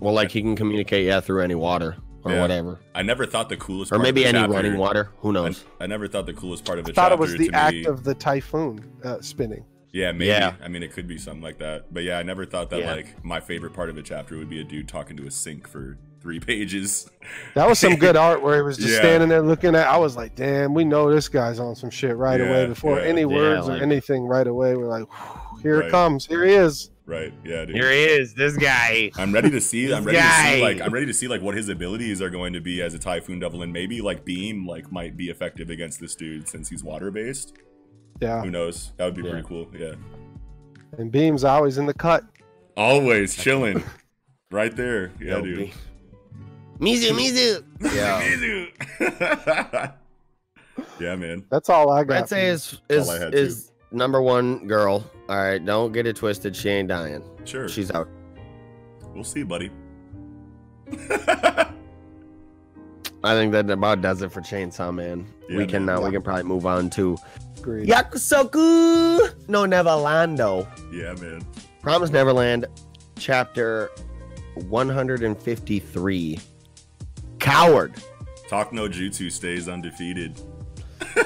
Well, like he can communicate, yeah, through any water or
Yeah.
whatever.
I never thought the coolest
Or
part
maybe
of
any
the chapter-
running water. Who
I,
knows?
I never thought the coolest part of the
I thought
chapter
it was the
to
act
me,
of the typhoon uh, spinning.
yeah maybe
Yeah.
I mean it could be something like that but yeah I never thought that
Yeah.
like my favorite part of the chapter would be a dude talking to a sink for three pages
That was some good art where he was just
Yeah.
standing there looking at. I was like, damn, we know this guy's on some shit right
Yeah,
away before
yeah.
any
Yeah,
words
like-
or anything. Right away, we're like, whew, here
Right.
it comes, here he is.
right yeah dude
he is, this guy.
I'm ready to see I'm
This
ready to
guy.
see like I'm ready to see like what his abilities are going to be as a typhoon devil and maybe like beam like might be effective against this dude since he's water based
Yeah,
who knows that would be
Yeah.
pretty cool yeah
and Beam's always in the cut.
always chilling right there yeah dude.
Mizu, Mizu. Yeah.
yeah. man.
That's all I got.
Rensei is
That's
is
all I had,
is number one girl. All right, don't get it twisted. She ain't dying.
Sure.
She's out.
We'll see, buddy.
I think that about does it for Chainsaw Man. we
Yeah, man.
can now we can probably move on to
Agreed.
Yakusoku no Neverlando.
yeah, man.
Promise Neverland, chapter 153. Coward.
Talk no jutsu stays undefeated.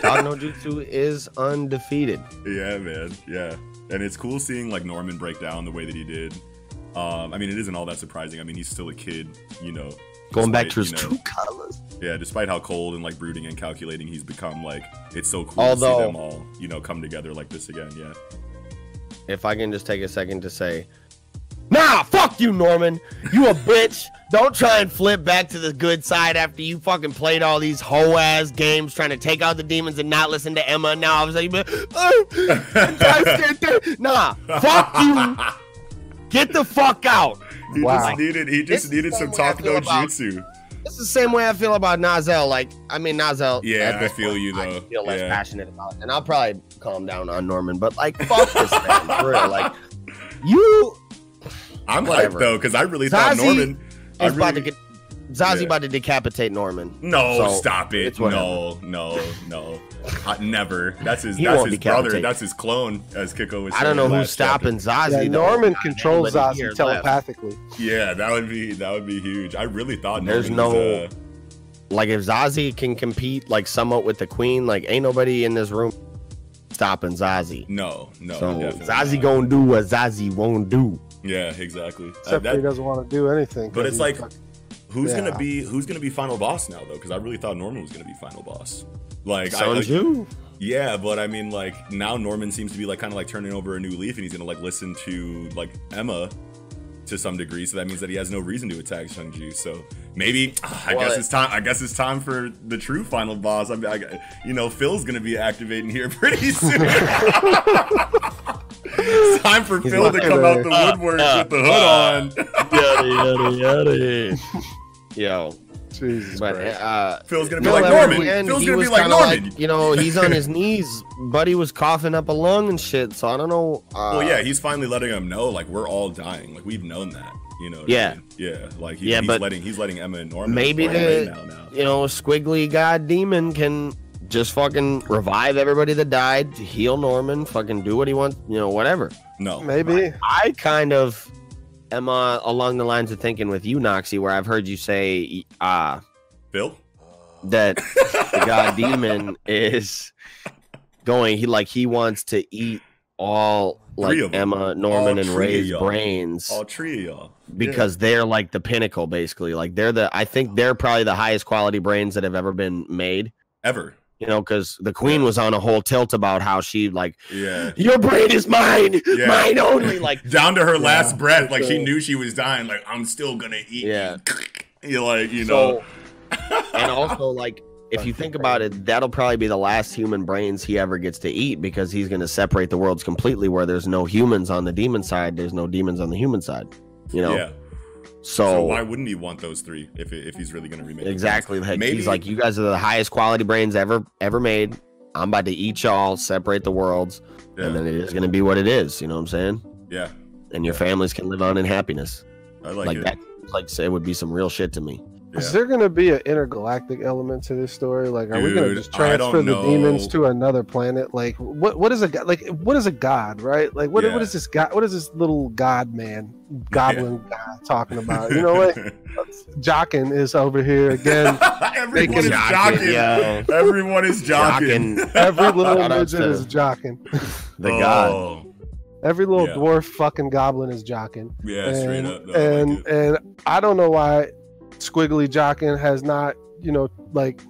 Dog no Jutsu is undefeated.
Yeah, man. Yeah. And it's cool seeing like Norman break down the way that he did. Um, I mean, it isn't all that surprising. I mean, he's still a kid, you know.
Going back
despite,
to his
you know-
true colors.
Yeah, despite how cold and like brooding and calculating he's become, like it's so cool to see
Although-
them all, you know, come together like this again. Yeah.
If I can just take a second to say, Nah, fuck you, Norman. You a bitch. Don't try and flip back to the good side after you fucking played all these hoe ass games trying to take out the demons and not listen to Emma. Now I was like, uh, I said that." Nah, fuck you. Get the fuck out.
He
Wow.
just needed he
This
just
is
needed
the
some
way I
talk
feel
no
about-
jutsu.
It's the same way I feel about Nazel. Like, I mean, Nazel.
Yeah, I feel you,
I
though.
feel less
Yeah.
passionate about, and I'll probably calm down on Norman. But like, fuck this man, for real. Like, you
I'm
Whatever.
hyped though because I really thought
Zazi
Norman. I
is about
really-
to get Zazie
Yeah.
about to decapitate Norman.
No,
So,
stop it!
it's whatever.
No, no, no, I, never. That's his.
He
That's
won't
his
decapitate.
brother. That's his clone, as Kiko was.
I don't
saying
know
in the
who's
last chapter.
stopping
Yeah,
Zazie. though.
Norman
Not
controls
anybody here
Zazie
left.
Uh,
telepathically.
Yeah, that would be that would be huge. I really thought
There's
Norman
no-
was, uh,
Like if Zazie can compete like somewhat with the Queen, like ain't nobody in this room stopping Zazie.
no, no.
so
definitely
Zazie
not.
gonna do what Zazie won't do.
Yeah, exactly. Uh,
Except
that-
for he doesn't want to do anything.
But
'cause
it's
he's
like-
fucking-
who's
yeah.
gonna be who's gonna be final boss now though? Because I really thought Norman was gonna be final boss. Like, I,
Sounds
like
you.
Yeah, but I mean, like now Norman seems to be like kind of like turning over a new leaf, and he's gonna like listen to like Emma to some degree. So that means that he has no reason to attack Shungju. So maybe ah, I guess
Well,
it's time. I guess it's time for the true final boss. I, mean, I you know, Phil's gonna be activating here pretty soon. it's time for
He's
Phil to
not
come out
gonna-
the
Uh,
woodwork
uh,
with the hood
uh. yada
on.
yada yada. Yo,
Jesus
but
Christ.
uh,
Phil's gonna be
Bill
like
Evans,
Norman.
and
Phil's
he
gonna be
was
like
kinda
Norman.
you know, he's on his knees. Buddy was coughing up a lung and shit. So I don't know. Uh,
well, yeah, he's finally letting them know like we're all dying. Like we've known that. You know. what I
Yeah.
mean? Yeah. Like he,
Yeah,
he's
but
letting he's letting Emma and Norman.
maybe
we're all in
the-
now, now.
you know, squiggly guy demon can just fucking revive everybody that died, heal Norman, fucking do what he wants, you know, whatever.
No.
Maybe.
I kind of am uh, along the lines of thinking with you, Noxie, where I've heard you say uh,
Phil.
that the god demon is going. He like he wants to eat all like
Three of 'em.
Emma, Norman,
All
and
three of
Ray's
y'all.
brains
All three of y'all.
because they're like the pinnacle, basically. Like they're the. I think they're probably the highest quality brains that have ever been made.
Ever.
You know, because the queen was on a whole tilt about how she like
Yeah.
your brain is mine,
Yeah.
mine only. Like
Down to her last
Yeah.
breath, like she
So-
knew she was dying. Like I'm still gonna eat.
Yeah.
You You're like you know.
and also like if you think
Fucking
about it that'll probably be the last human brains he ever gets to eat because he's going to separate the worlds completely where there's no humans on the demon side there's no demons on the human side you know
Yeah.
so,
So why wouldn't he want those three if, if he's really gonna remake? the
exactly like,
Maybe-
he's like you guys are the highest quality brains ever ever made i'm about to eat y'all separate the worlds
franchise?
and then it is going to be what it is you know what i'm saying
Yeah. yeah.
and your families can live on in happiness
I like,
like,
it.
that like say, it would be some real shit to me
Is
Yeah.
there going to be an intergalactic element to this story? Like, are we going to
Dude,
just
I don't
transfer the demons
know.
to another planet? Like, what what is a god? Like, what is a god? Right? Like, what
Yeah.
what is this god? What is this little god man, goblin guy talking about? You know what? Jockin is over here again.
Everyone is
Bacon
jocking.
yeah
Everyone is jocking.
Jocking.
Every little
Shout out
midget
to-
is jocking.
the
Oh,
god
Every little
Yeah.
dwarf fucking goblin is jocking.
Yeah, straight
and
up. No, I like
and,
it.
and I don't know why Squiggly Jockin has not, you know, like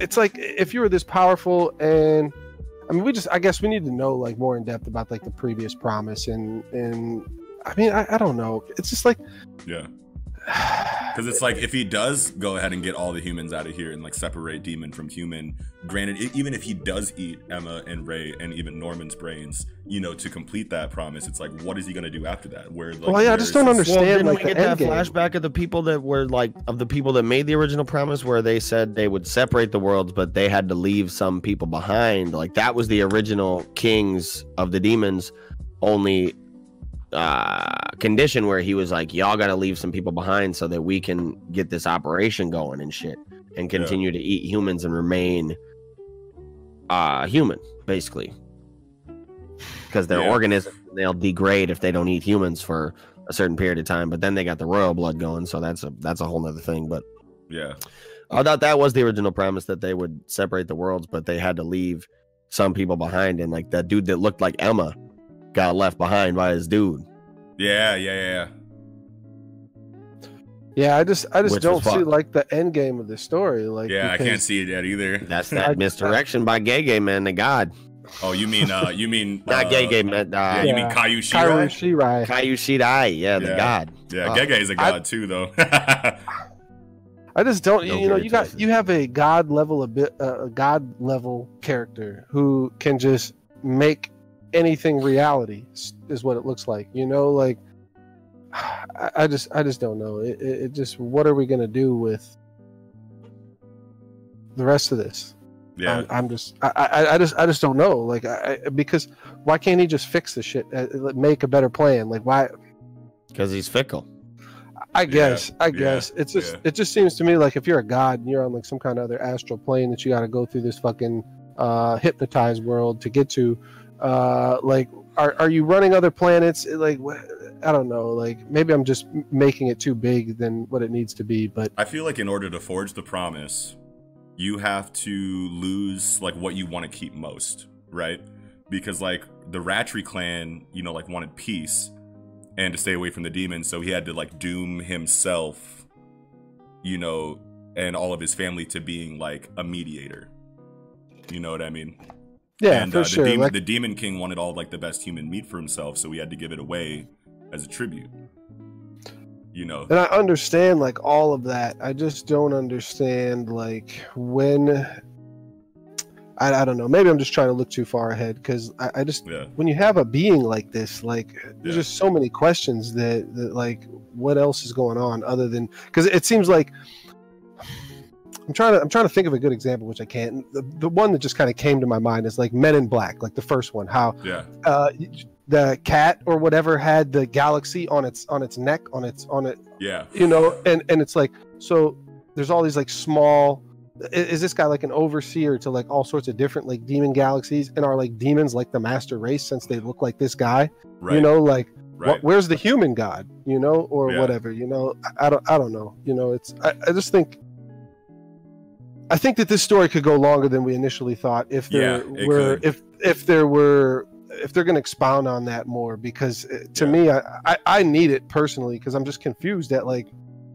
it's like if you were this powerful and I mean we just I guess we need to know like more in depth about like the previous promise and and I mean I, I don't know. It's just like
yeah. Because it's like if he does go ahead and get all the humans out of here and like separate demon from human, granted, e- even if he does eat Emma and Ray and even Norman's brains, you know, to complete that promise, it's like what is he gonna do after that? Where like,
Well, yeah, I
where
just
is
don't
his-
understand.
Well, didn't
like,
we
the
get that
end game.
flashback of the people that were like of the people that made the original promise, where they said they would separate the worlds, but they had to leave some people behind? Like that was the original kings of the demons, only uh condition where he was like, y'all got to leave some people behind so that we can get this operation going and shit, and
Yeah.
continue to eat humans and remain uh human basically because their
Yeah.
organism they'll degrade if they don't eat humans for a certain period of time but then they got the royal blood going so that's a that's a whole nother thing but
Yeah,
i thought that was the original premise that they would separate the worlds but they had to leave some people behind and like that dude that looked like emma got left behind by his dude
yeah, yeah, yeah.
Yeah, I just I just
Which
don't
was
see
fucked.
like the end game of the story.
Yeah,
Like
yeah I
because-
can't see that either.
that's that misdirection by gay gay man the god
Oh, you mean uh, you mean
not
uh,
gay gay man
Yeah,
uh,
you mean
Yeah.
Caillou Shirai?
Kyrie Shirai.
Caillou Shirai, yeah, the
Yeah.
god.
Yeah,
Uh,
Gege is a
I-
god too, though. yeah,
I just don't.
No
you know,
very
you got
tough.
you have a god level a bit uh, a god level character who can just make anything reality s- is what it looks like. You know, like I, I just I just don't know. It, it, it just what are we gonna do with the rest of this?
Um,
I'm, I'm just I, I I just I just don't know. Like I I- because why can't he just fix the shit? Uh, make a better plan. Like why
Because he's fickle.
I
Yeah,
guess. I
yeah,
guess. it's just
yeah.
it just seems to me like if you're a god and you're on like some kind of other astral plane that you got to go through this fucking uh hypnotized world to get to uh like are are you running other planets like wh- I don't know like maybe I'm just m- making it too big than what it needs to be but
I feel like in order to forge the promise, you have to lose like what you want to keep most, right? Because like the Ratri clan, you know, like wanted peace and to stay away from the demons, so he had to like doom himself, you know, and all of his family to being like a mediator. You know what I mean?
yeah
and
for
uh, the,
sure
demon,
like
the demon king wanted all like the best human meat for himself, so he had to give it away as a tribute. You know,
and I understand like all of that I just don't understand like when I, I don't know maybe I'm just trying to look too far ahead because I, I just
yeah,
when you have a being like this like
Yeah.
there's just so many questions that, that like what else is going on other than because it seems like I'm trying to I'm trying to think of a good example, which I can't. The, the one that just kind of came to my mind is like Men in Black, like the first one. How
Yeah.
uh, the cat or whatever had the galaxy on its on its neck on its on it
Yeah.
you know and and it's like so there's all these like small i- is this guy like an overseer to like all sorts of different like demon galaxies and are like demons like the master race since they look like this guy
Right.
you know like wh-
right.
where's the human god you know or
Yeah.
whatever you know I, I don't i don't know you know it's I, I just think i think that this story could go longer than we initially thought if there
Yeah, it
were
could.
if if there were if they're going to expound on that more because uh, to
Yeah.
me I, I i need it personally because i'm just confused at like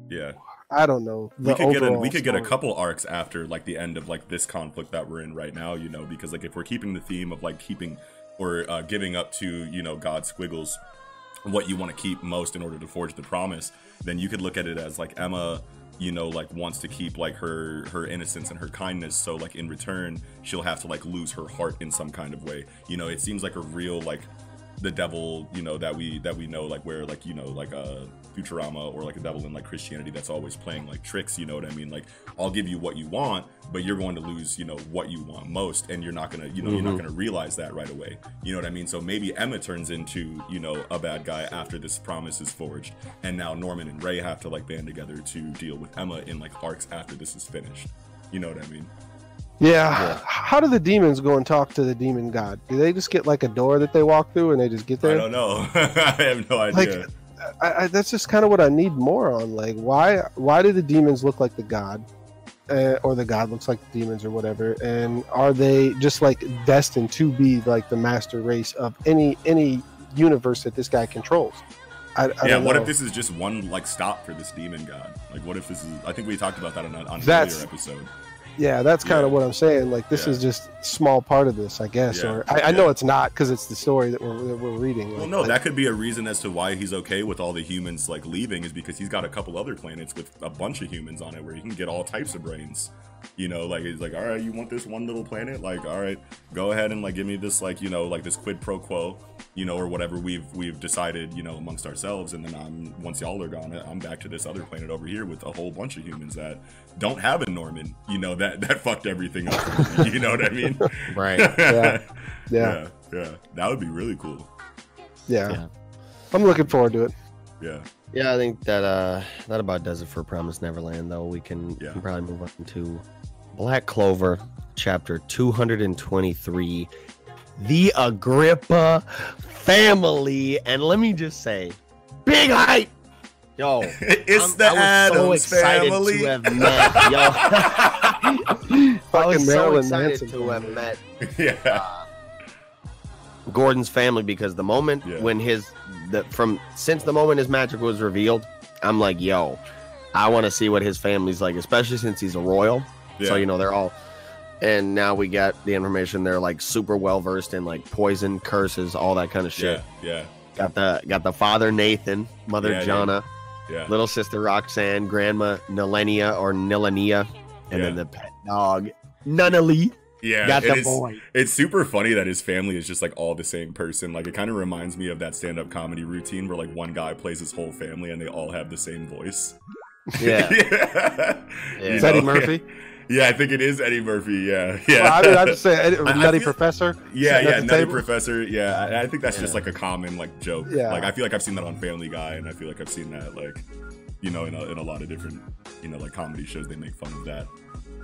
yeah.
i don't know
We
the
could get a,
overall
we could get a
story.
couple arcs after like the end of like this conflict that we're in right now, you know, because like if we're keeping the theme of like keeping or uh, giving up to you know God squiggles what you want to keep most in order to forge the promise, then you could look at it as like Emma, you know, like wants to keep like her her innocence and her kindness, so like in return she'll have to like lose her heart in some kind of way. You know, it seems like a real like the devil, you know, that we that we know like where like you know like uh Futurama or like a devil in like Christianity that's always playing like tricks, you know what I mean? Like I'll give you what you want, but you're going to lose, you know, what you want most and you're not going to, you know, you're not
Mhm.
going to realize that right away. You know what I mean? So maybe Emma turns into, you know, a bad guy after this promise is forged and now Norman and Ray have to like band together to deal with Emma in like arcs after this is finished. You know what I mean?
yeah.
Yeah.
how do the demons go and talk to the demon god do they just get like a door that they walk through and they just get
I
there
don't know. I have no
Like,
idea.
I, I, that's just kind of what I need more on. Like, why why do the demons look like the god, uh, or the god looks like the demons, or whatever? And are they just like destined to be like the master race of any any universe that this guy controls? I, I
yeah,
don't
what
know.
if this is just one like stop for this demon god? Like, what if this is? I think we talked about that on, a- on an
That's-
earlier episode.
Yeah, that's kind of
Yeah.
what I'm saying. Like, this
Yeah.
is just small part of this, I guess.
Yeah.
Or I, I know
Yeah.
it's not because it's the story that we're that we're reading.
Well,
Like,
no,
I-
that could be a reason as to why he's okay with all the humans like leaving is because he's got a couple other planets with a bunch of humans on it where he can get all types of brains. You know, like he's like, all right, you want this one little planet? Like, all right, go ahead and like give me this like you know like this quid pro quo, you know, or whatever we've we've decided you know amongst ourselves. And then I'm once y'all are gone, I'm back to this other planet over here with a whole bunch of humans that don't have a Norman. You know that that fucked everything up. for me, you know what I mean?
Right.
yeah,
yeah, yeah. That would be really cool.
yeah,
Yeah.
I'm looking forward to it.
Yeah.
Yeah, I think that uh that about does it for Promised Neverland though. We can,
Yeah.
can probably move on to Black Clover chapter 223 The Agrippa family and let me just say big hype. Yo,
It's
I'm-
the
I was
Adams
so excited
family.
to have met. Yo, I
Fucking
was so
Marilyn
excited
Manson
to have
family.
met
yeah,
Gordon's family because the moment
Yeah.
when his the, from since the moment his magic was revealed, I'm like, yo, I want to see what his family's like, especially since he's a royal.
yeah.
So you know they're all, and now we got the information they're like super well versed in like poison, curses, all that kind of shit.
yeah, yeah,
Got the got the father Nathan, mother
Yeah, dude.
Jonna,
yeah.
little sister Roxanne, grandma Nilenia or Nilenia, and then
Yeah.
the pet dog Nunnally.
yeah.
got
it
the
is-
boy.
It's super funny that his family is just like all the same person. Like it kind of reminds me of that stand-up comedy routine where like one guy plays his whole family and they all have the same voice.
Yeah,
yeah.
Yeah.
Is
No,
Eddie Murphy?
Yeah, I think it is Eddie Murphy. Yeah, yeah.
Well, I mean, I just say Eddie,
I
Nutty
feel-
Professor.
Yeah,
Sitting at
yeah,
the
another
table?
professor. Yeah, I, I think that's just
Yeah.
like a common like joke.
Yeah.
like I feel like I've seen that on Family Guy, and I feel like I've seen that like, you know, in a, in a lot of different, you know, like comedy shows. They make fun of that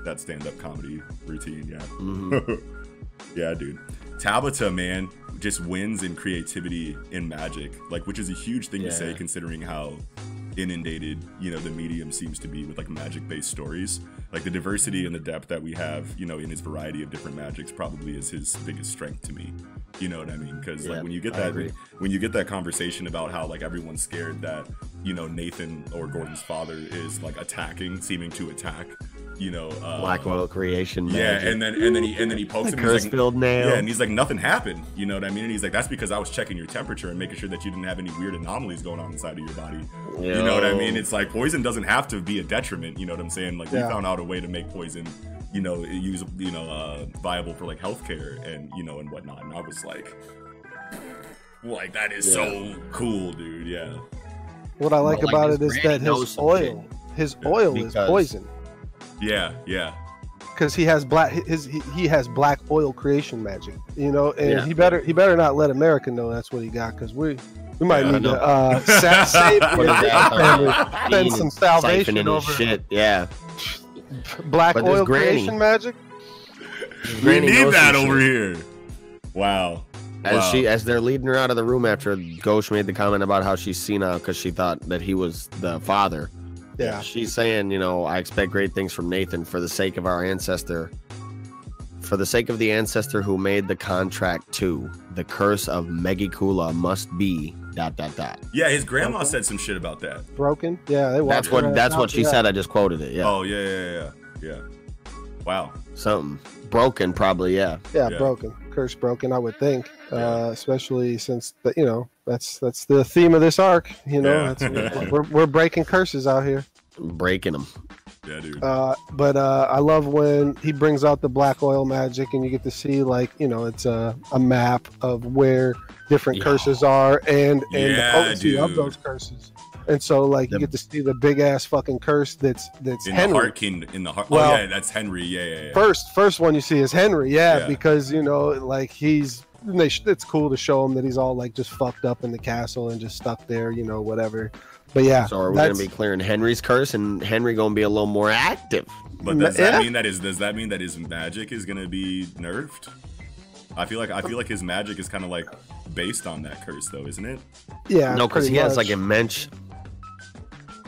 that stand up comedy routine. Yeah,
Mhm.
yeah, dude. Tabata, man, just wins in creativity in magic, like which is a huge thing
Yeah.
to say considering how inundated you know the medium seems to be with like magic based stories like the diversity and the depth that we have you know in his variety of different magics probably is his biggest strength to me you know what i mean because
Yeah,
like when you get
I
that
agree.
when you get that conversation about how like everyone's scared that you know nathan or gordon's father is like attacking seeming to attack you know uh,
black oil creation.
yeah
magic.
and then and then he and then he pokes him
curse
he's like,
filled nail.
yeah, and he's like, nothing happened. You know what I mean? And he's like, that's because I was checking your temperature and making sure that you didn't have any weird anomalies going on inside of your body. You know what I mean? It's like poison doesn't have to be a detriment. You know what I'm saying? Like
Yeah.
we found out a way to make poison, you know, use you know uh, viable for like healthcare and you know and whatnot. And I was like, like that is so cool, dude. Yeah,
What I like
Like,
about
his
it is
granny
that
knows
his
some
oil, his
Yeah,
oil is
because-
poison
Yeah, yeah.
because he has black his he, he has black oil creation magic. You know, and
Yeah.
he better he better not let America know that's what he got because we we might
Yeah, I
need
know.
to uh, sa- save
Put his ass on
family.
a
Send
machine
some
and siphon
salvation
in his
over
shit. Yeah,
black
But there's
oil
granny.
creation magic.
His
We
granny
need
knows
that
some
over
shit.
here. Wow.
As
Wow.
she as they're leading her out of the room after Ghosh made the comment about how she's senile because she thought that he was the father.
Yeah,
She's saying, you know, I expect great things from Nathan for the sake of our ancestor. For the sake of the ancestor who made the contract too, the curse of Megikula must be dot dot dot.
Yeah, his grandma
Okay.
said some shit about that.
broken. Yeah, they
That's
walked her
what
ass
that's
out
what she
for that.
said. I just quoted it. Yeah.
Oh yeah, yeah, yeah, yeah. Wow.
Something. Broken probably, yeah.
yeah,
Yeah.
broken curse broken i would think
Yeah.
uh, especially since the, you know that's that's the theme of this arc you know
Yeah.
that's, we're, we're breaking curses out here
Breaking them.
Yeah, dude.
uh, but uh, i love when he brings out the black oil magic and you get to see like you know it's a, a map of where different
Yeah.
curses are and and
Yeah,
the potency of
dude.
those curses and so like
The-
you get to see the big ass fucking curse that's that's
in the
henry
heart kind in the heart.
Well-
oh yeah, that's Henry. Yeah, yeah, yeah.
first first one you see is Henry. Yeah,
Yeah.
because you know, like he's and they, sh- it's cool to show him that he's all like just fucked up in the castle and just stuck there, you know, whatever. But yeah,
So are we
that's-
gonna be clearing Henry's curse and Henry gonna be a little more active?
But does that
Yeah.
mean that is does that mean that his magic is gonna be nerfed? I feel like I feel like his magic is kind of like based on that curse though, isn't it?
yeah,
no, because he
pretty
has
much.
like immense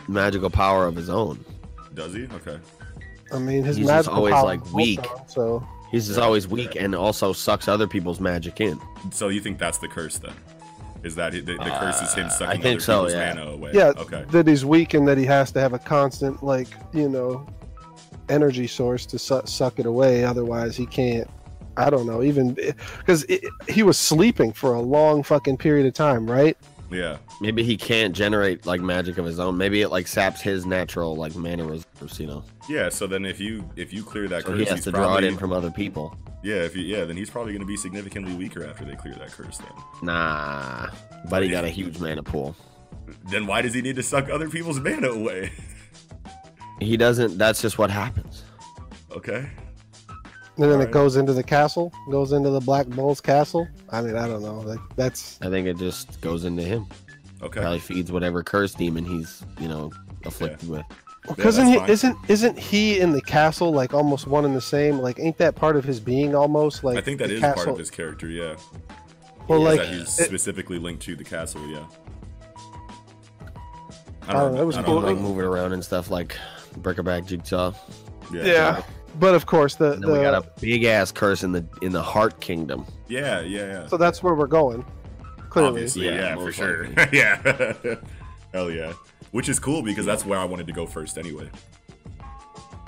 magical power of his own.
Does he? Okay.
I mean, his
he's just
magical
always,
power
like,
is
weak.
Voltron, So
He's just
Yeah.
always weak and also sucks other people's magic in.
So you think that's the curse then? Is that he- the, the curse is
Uh,
him
I
sucking
think
other
so,
people's
yeah.
mana away?
yeah,
Okay.
that he's weak and that he has to have a constant like you know energy source to su- suck it away. Otherwise, he can't. I don't know, even because he was sleeping for a long fucking period of time, right?
Yeah.
Maybe he can't generate like magic of his own. Maybe it like saps his natural like mana reserves, you know.
Yeah. So then if you if you clear that
So
curse,
he has
he's
to
probably
draw it in from other people.
yeah. If you, yeah, then he's probably gonna be significantly weaker after they clear that curse then.
Nah. But he got a huge mana pool.
Then why does he need to suck other people's mana away?
He doesn't that's just what happens.
okay.
And then
Alright.
it goes into the castle, goes into the Black Bull's castle. I mean, I don't know. Like that's
I think it just goes into him.
Okay.
Probably feeds whatever curse demon he's, you know, afflicted with.
because
that's
he
fine.
isn't isn't he in the castle like almost one and the same? Like, ain't that part of his being almost like?
I think that
the
is
castle?
part of his character. Yeah.
Well,
Yeah,
like,
that he's
it-
specifically linked to the castle. Yeah.
I don't know, Oh, that was
I
You know,
cool.
know.
like moving around and stuff like bric-a-brac jigsaw.
Yeah.
yeah. But of course, the,
And then we
the-
got a big ass curse in the in the heart kingdom.
Yeah. Yeah. Yeah.
so that's where we're going. Clearly,
Obviously.
Yeah,
Yeah. for
most
sure.
likely.
yeah. Hell yeah. Which is cool because that's where I wanted to go first anyway.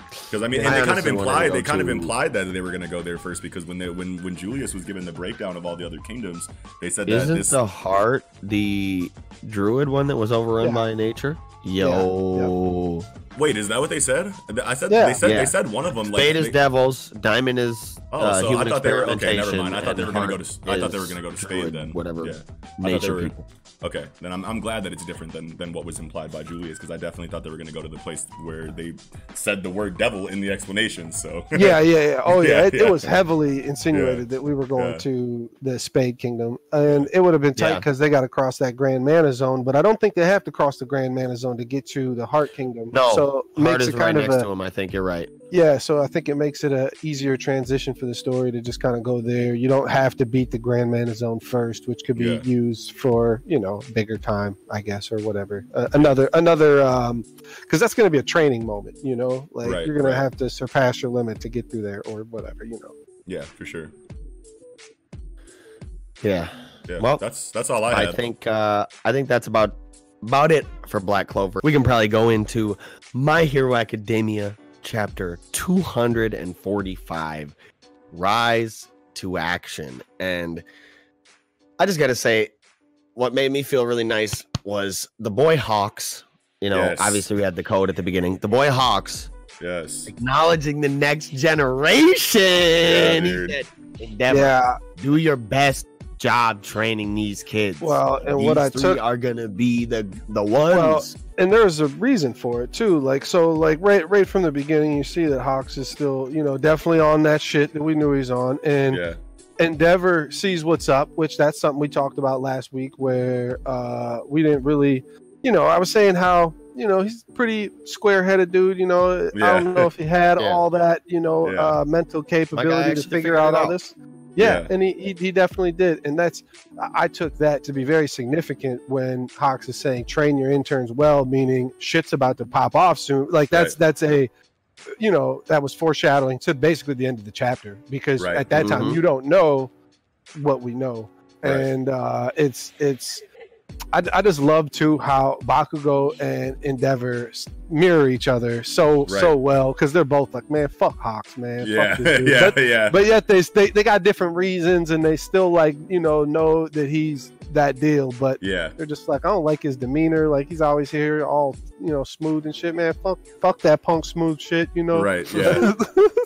Because I mean,
Yeah,
and
I
they kind of
honestly wanted to
implied
go
they kind of
to-
implied that they were going to go there first because when they when when Julius was given the breakdown of all the other kingdoms, they said that
Isn't
this
the heart the druid one that was overrun
Yeah.
by nature? Yo,
wait is that what they said? I said
Yeah.
they said
Yeah.
they said one of them like
Spade is
they-
devils, diamond is
Oh,
uh,
so
human
I thought they were okay.
experimentation.
Never mind. I thought they
and
were going to go
heart
to. I thought they were
is
going to go to Spade
druid,
then.
Whatever
Yeah. they
nature
were-
people.
Okay, then I'm, I'm glad that it's different than, than what was implied by Julius because I definitely thought they were going to go to the place where they said the word devil in the explanation. So
yeah, yeah, yeah. Oh, yeah.
Yeah,
it,
yeah.
it was heavily insinuated that we were going
yeah.
to the Spade Kingdom, and it would have been tight
Yeah.
because they got to cross that Grand Mana Zone. But I don't think they have to cross the Grand Mana Zone to get to the Heart Kingdom.
No,
so it
Heart
makes
is
it
right
kind
next
of
to
a
him. I think you're right.
yeah. So I think it makes it a easier transition for the story to just kind of go there. You don't have to beat the Grand Mana Zone first, which could be
Yeah.
used for you know bigger time, I guess, or whatever. Uh, another another um, because that's going to be a training moment. You know, like
Right,
you're going
right.
to have to surpass your limit to get through there or whatever. You know.
yeah, for sure.
Yeah,
Yeah,
Well,
that's that's all I
I
had.
think uh, I think that's about about it for Black Clover. We can probably go into My Hero Academia chapter 245, Rise to Action, and I just got to say, what made me feel really nice was the boy Hawks. You know,
Yes.
obviously we had the code at the beginning. The boy Hawks
yes,
acknowledging the next generation. he
Yeah, dude.
said, Endeavor,
Yeah,
do your best job training these kids.
Well, and
these
what I
three
took-
are gonna be the the ones.
and there's a reason for it too. Like so, like right right from the beginning, you see that Hawks is still, you know, definitely on that shit that we knew he's on, and
yeah,
Endeavor sees what's up, which that's something we talked about last week, where uh, we didn't really, you know, I was saying how you know he's a pretty square-headed dude. You know, I
Yeah.
don't know if he had
Yeah.
all that, you know,
Yeah.
uh, mental capability to
actually
figure
figured
out
it
all
out.
this. Yeah,
Yeah.
and he, he he definitely did, and that's I- I took that to be very significant when Hawks is saying train your interns well, meaning shit's about to pop off soon. Like that's that's a you know that was foreshadowing to basically the end of the chapter because
Right. Mm-hmm.
at that time
Mhm.
you don't know what we know
Right.
and uh it's it's I, I just love too how bakugo and endeavor s- mirror each other so
Right.
so well because they're both like man fuck hawks man
yeah,
fuck this dude."
yeah,
But-
yeah.
but yet they, they they got different reasons and they still like you know know that he's that deal but
yeah,
they're just like i don't like his demeanor like he's always here all you know smooth and shit man fuck fuck that punk smooth shit you know
right, yeah.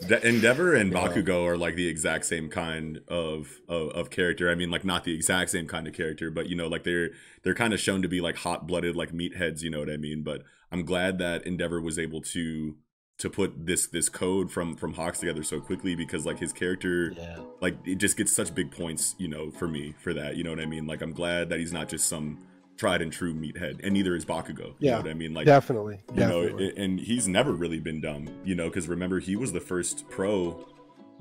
De- Endeavor and Bakugo are like the exact same kind of, of of character. I mean, like not the exact same kind of character, but you know, like they're they're kind of shown to be like hot blooded, like meatheads. You know what I mean? But I'm glad that Endeavor was able to to put this this code from from Hawks together so quickly because like his character
Yeah.
like it just gets such big points, you know, for me for that. You know what I mean? Like I'm glad that he's not just some tried and true meathead, and neither is Bakugo. You
Yeah.
know what I mean? Like
definitely
you
definitely
know, a- and he's never really been dumb, you know, because remember he was the first pro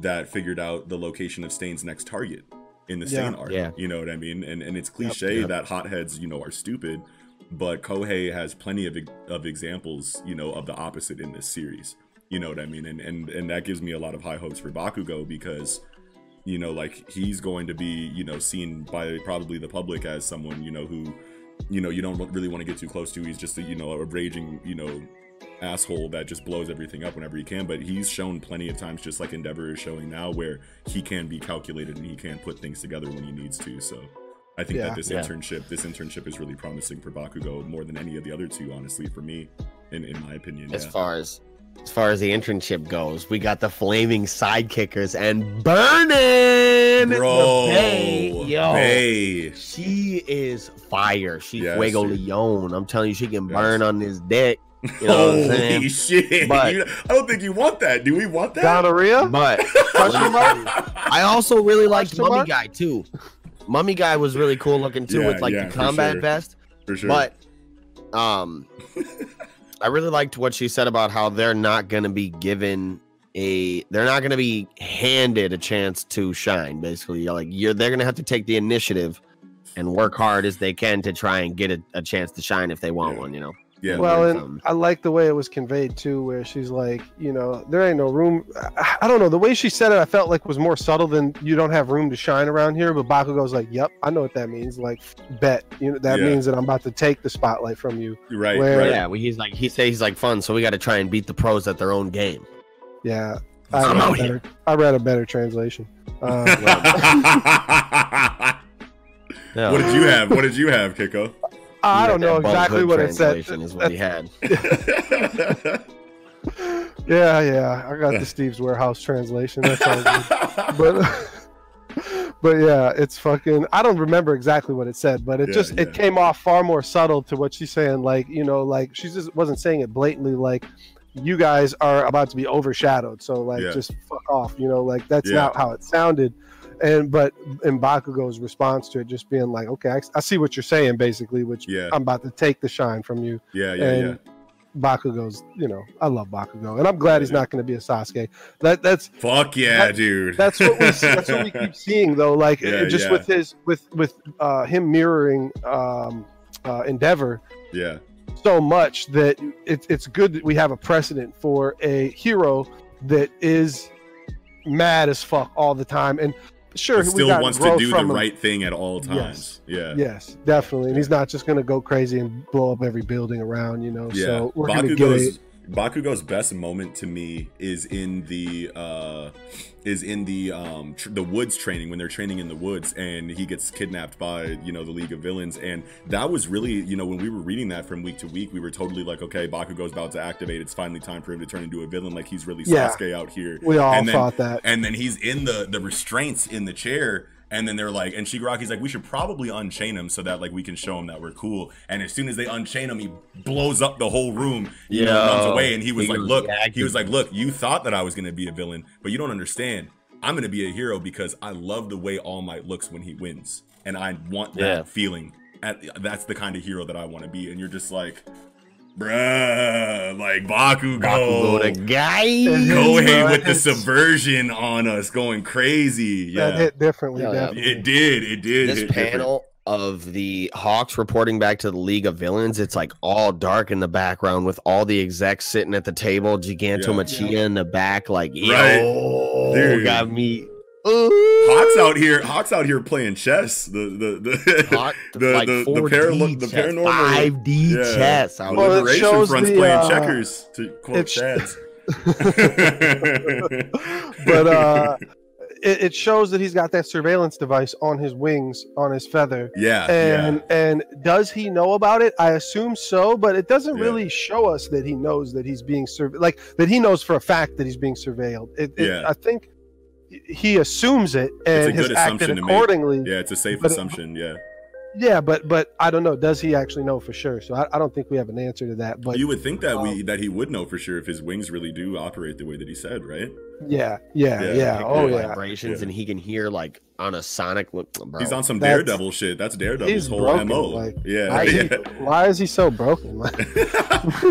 that figured out the location of Stain's next target in the Stain
Yeah.
arc.
Yeah.
You know what I mean? And and it's cliche
Yep.
that hotheads, you know, are stupid, but Kohei has plenty of e- of examples, you know, of the opposite in this series. You know what I mean? And and and that gives me a lot of high hopes for Bakugo because you know like he's going to be you know seen by probably the public as someone you know who you know you don't really want to get too close to he's just a, you know a raging you know asshole that just blows everything up whenever he can but he's shown plenty of times just like endeavor is showing now where he can be calculated and he can put things together when he needs to so i think
Yeah.
that this
Yeah.
internship this internship is really promising for bakugo more than any of the other two honestly for me in, in my opinion
As
yeah.
far as as far as the internship goes, we got the flaming sidekickers and burning
bro
yo.
Bay.
She is fire. She's
Yeah,
Fuego
she-
Leon. I'm telling you, she can
Yeah.
burn on this dick. You know what I'm
Holy
saying?
shit!
But-
You- I don't think you want that. Do we want that?
gonorrhea
But
Question
I also really liked
Question
Mummy
mark?
Guy too. Mummy Guy was really cool looking too
Yeah,
with like
yeah,
the
for
combat
sure.
vest.
For sure.
But um I really liked what she said about how they're not gonna be given a they're not gonna be handed a chance to shine, basically. Like you're they're gonna have to take the initiative and work hard as they can to try and get a, a chance to shine if they want
Yeah.
one, you know.
yeah,
well,
learn
and
something.
I like the way it was conveyed too, where she's like, you know, there ain't no room. I, I don't know. The way she said it, I felt like was more subtle than you don't have room to shine around here. But Bakugo's like, yep, I know what that means. Like, bet you know that
Yeah.
means that I'm about to take the spotlight from you.
right,
where-
right.
Yeah, well, he's like he said he's like fun, so we gotta try and beat the pros at their own game.
Yeah,
I'm
read a
out
better, I read a better translation. Uh,
Yeah.
what did you have? What did you have, Kiko?
I
He
don't
had
know
that bum
exactly
hood
what it said.
translation Is what he had.
Yeah, yeah, I got the Steve's Warehouse translation. That sounds good. but but yeah, it's fucking. I don't remember exactly what it said, but it
Yeah,
just it
yeah.
came off far more subtle to what she's saying. Like you know, like she just wasn't saying it blatantly. Like you guys are about to be overshadowed, so like
Yeah.
just fuck off. You know, like that's
Yeah.
not how it sounded. And but in Bakugo's response to it, just being like, okay, I, I see what you're saying, basically, which
yeah,
I'm about to take the shine from you.
yeah, yeah, yeah.
and Bakugo's, you know, I love Bakugo, and I'm glad he's not going to be a Sasuke. That that's
Fuck yeah,
that-
dude.
that's what we that's what we keep seeing though like
Yeah,
it- just
yeah.
with his with with uh him mirroring um uh endeavor
yeah,
so much that it, it's good that we have a precedent for a hero that is mad as fuck all the time and sure
He
we
still
got
wants to
growth
do the
from him.
right thing at all times. Yeah,
yes definitely and he's not just gonna go crazy and blow up every building around you know
yeah.
so we're gonna get it
Bakugo's Bakugo's best moment to me is in the uh is in the um tr- the woods training when they're training in the woods and he gets kidnapped by you know the League of Villains and that was really you know when we were reading that from week to week we were totally like okay Bakugo's about to activate it's finally time for him to turn into a villain like he's really
Yeah.
Sasuke out here
we all
and then-
thought that
and then he's in the the restraints in the chair And then they're like, and Shigaraki's like, we should probably unchain him so that like we can show him that we're cool. And as soon as they unchain him, he blows up the whole room. You know, and runs
Yo,
away. And he was
he
like,
was
look, he
acting.
was like, look, you thought that I was gonna be a villain, but you don't understand. I'm gonna be a hero because I love the way All Might looks when he wins, and I want that
Yeah.
feeling. At, that's the kind of hero that I want to be. And you're just like, bruh, like Bakugo,
Bakugo the guy.
Kohei
Bro,
with the
it's-
subversion on us, going crazy.
That
Yeah,
hit differently.
Yeah, yeah.
definitely.
it did. It did.
This
hit different.
panel of the Hawks reporting back to the League of Villains, it's like all dark in the background with all the execs sitting at the table, Giganto
Yeah.
Machia in the back, like
Right.
yo,
Dude.
got me.
Hawks
Ooh.
out here. Hawks out here playing chess. The the the.
Hot,
The-
like
the- the
4D
paralo- the
chess,
paranormal-
5D
yeah.
chess. I
the
was-
Well, it
Liberation
shows
Front's
the,
playing
uh,
checkers, to quote
it's-
Chad's.
but uh, it, it shows that he's got that surveillance device on his wings, on his feather.
yeah, yeah.
And and does he know about it? I assume so, but it doesn't
Yeah.
really show us that he knows that he's being surveyed. Like that he knows for a fact that he's being surveilled. It, it-
Yeah.
I think he assumes it
a
and
good
has acted
assumption to make.
accordingly.
Yeah, it's a safe
But-
assumption. Yeah,
Yeah, but but I don't know. Does he actually know for sure? So I, I don't think we have an answer to that. But
you would think that we
um,
that he would know for sure if his wings really do operate the way that he said, right?
yeah, yeah,
Yeah,
yeah.
like
Oh
the
yeah.
vibrations,
Yeah.
and he can hear like on a sonic. Bro,
He's on some
That's-
daredevil shit. That's daredevil's
he's
whole
broken,
mo.
like,
yeah,
Why is, he,
yeah.
why is he so broken? Like,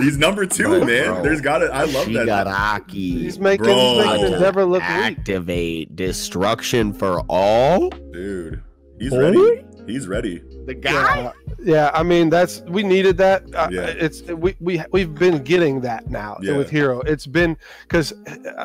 he's number two,
Bro,
man.
bro.
There's got to I love that.
Shigaraki.
he's making,
Bro.
he's making his never look weak.
activate destruction for all.
dude. He's
Boy?
ready. He's ready.
The guy.
Yeah, yeah, I mean that's we needed that. Uh,
Yeah.
It's we we we've been getting that now
Yeah.
with Hero. It's been because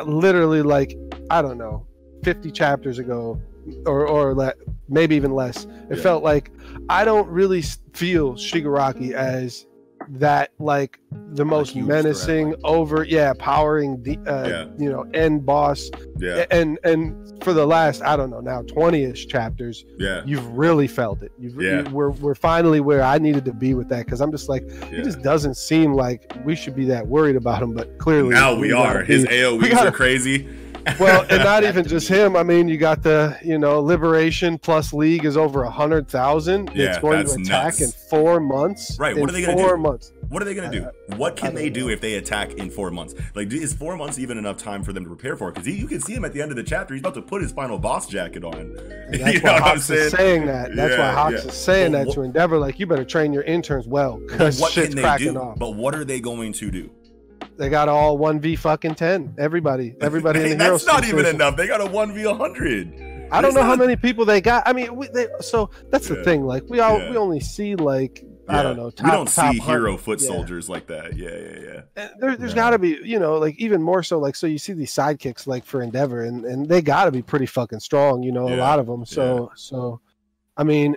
literally like I don't know, fifty chapters ago, or or le- maybe even less. It
Yeah.
felt like I don't really s- feel Shigaraki as that like the most
huge threat,
menacing
like-
over yeah powering the uh,
Yeah.
you know end boss
Yeah,
and and for the last i don't know now 20ish chapters
yeah,
you've really felt it. You've,
Yeah.
you- we're, we're finally where I needed to be with that because I'm just like, he
yeah.
just doesn't seem like we should be that worried about him, but clearly.
Now we
gotta
are. His
be.
AOE's
we gotta-
are crazy.
well, and not even just him. I mean, you got the, you know, Liberation plus League is over 100,000.
Yeah,
it's going
that's
to attack
nuts.
in four months.
Right, what
In
are they gonna
Four
do?
months.
What are they gonna do? What
I
can
don't
they do
know.
if they attack in four months? Like, do- is four months even enough time for them to prepare for it? Because you can see him at the end of the chapter. He's about to put his final boss jacket on.
And That's
You
why
know what I'm
Hawks
saying?
is saying that. That's
Yeah,
why Hawks
yeah.
is saying
But
that
what-
to Endeavor. Like, you better train your interns well because
What
shit's
can they
cracking
do?
off.
But what are they going to do?
They got all 1v fucking 10. Everybody, everybody in the hero
That's not even
situation.
enough. They got a one v hundred.
I
There's
don't know how
not-
many people they got. I mean, we, they, so that's
Yeah.
the thing. Like we all
Yeah.
we only see like I don't know. Top,
we don't
top
see
100.
hero foot
Yeah.
soldiers like that. Yeah, yeah, yeah.
And There,
No.
has got to be you know like even more so like so you see these sidekicks like for Endeavor and and they got to be pretty fucking strong. You know a
Yeah.
lot of them. So so, I mean.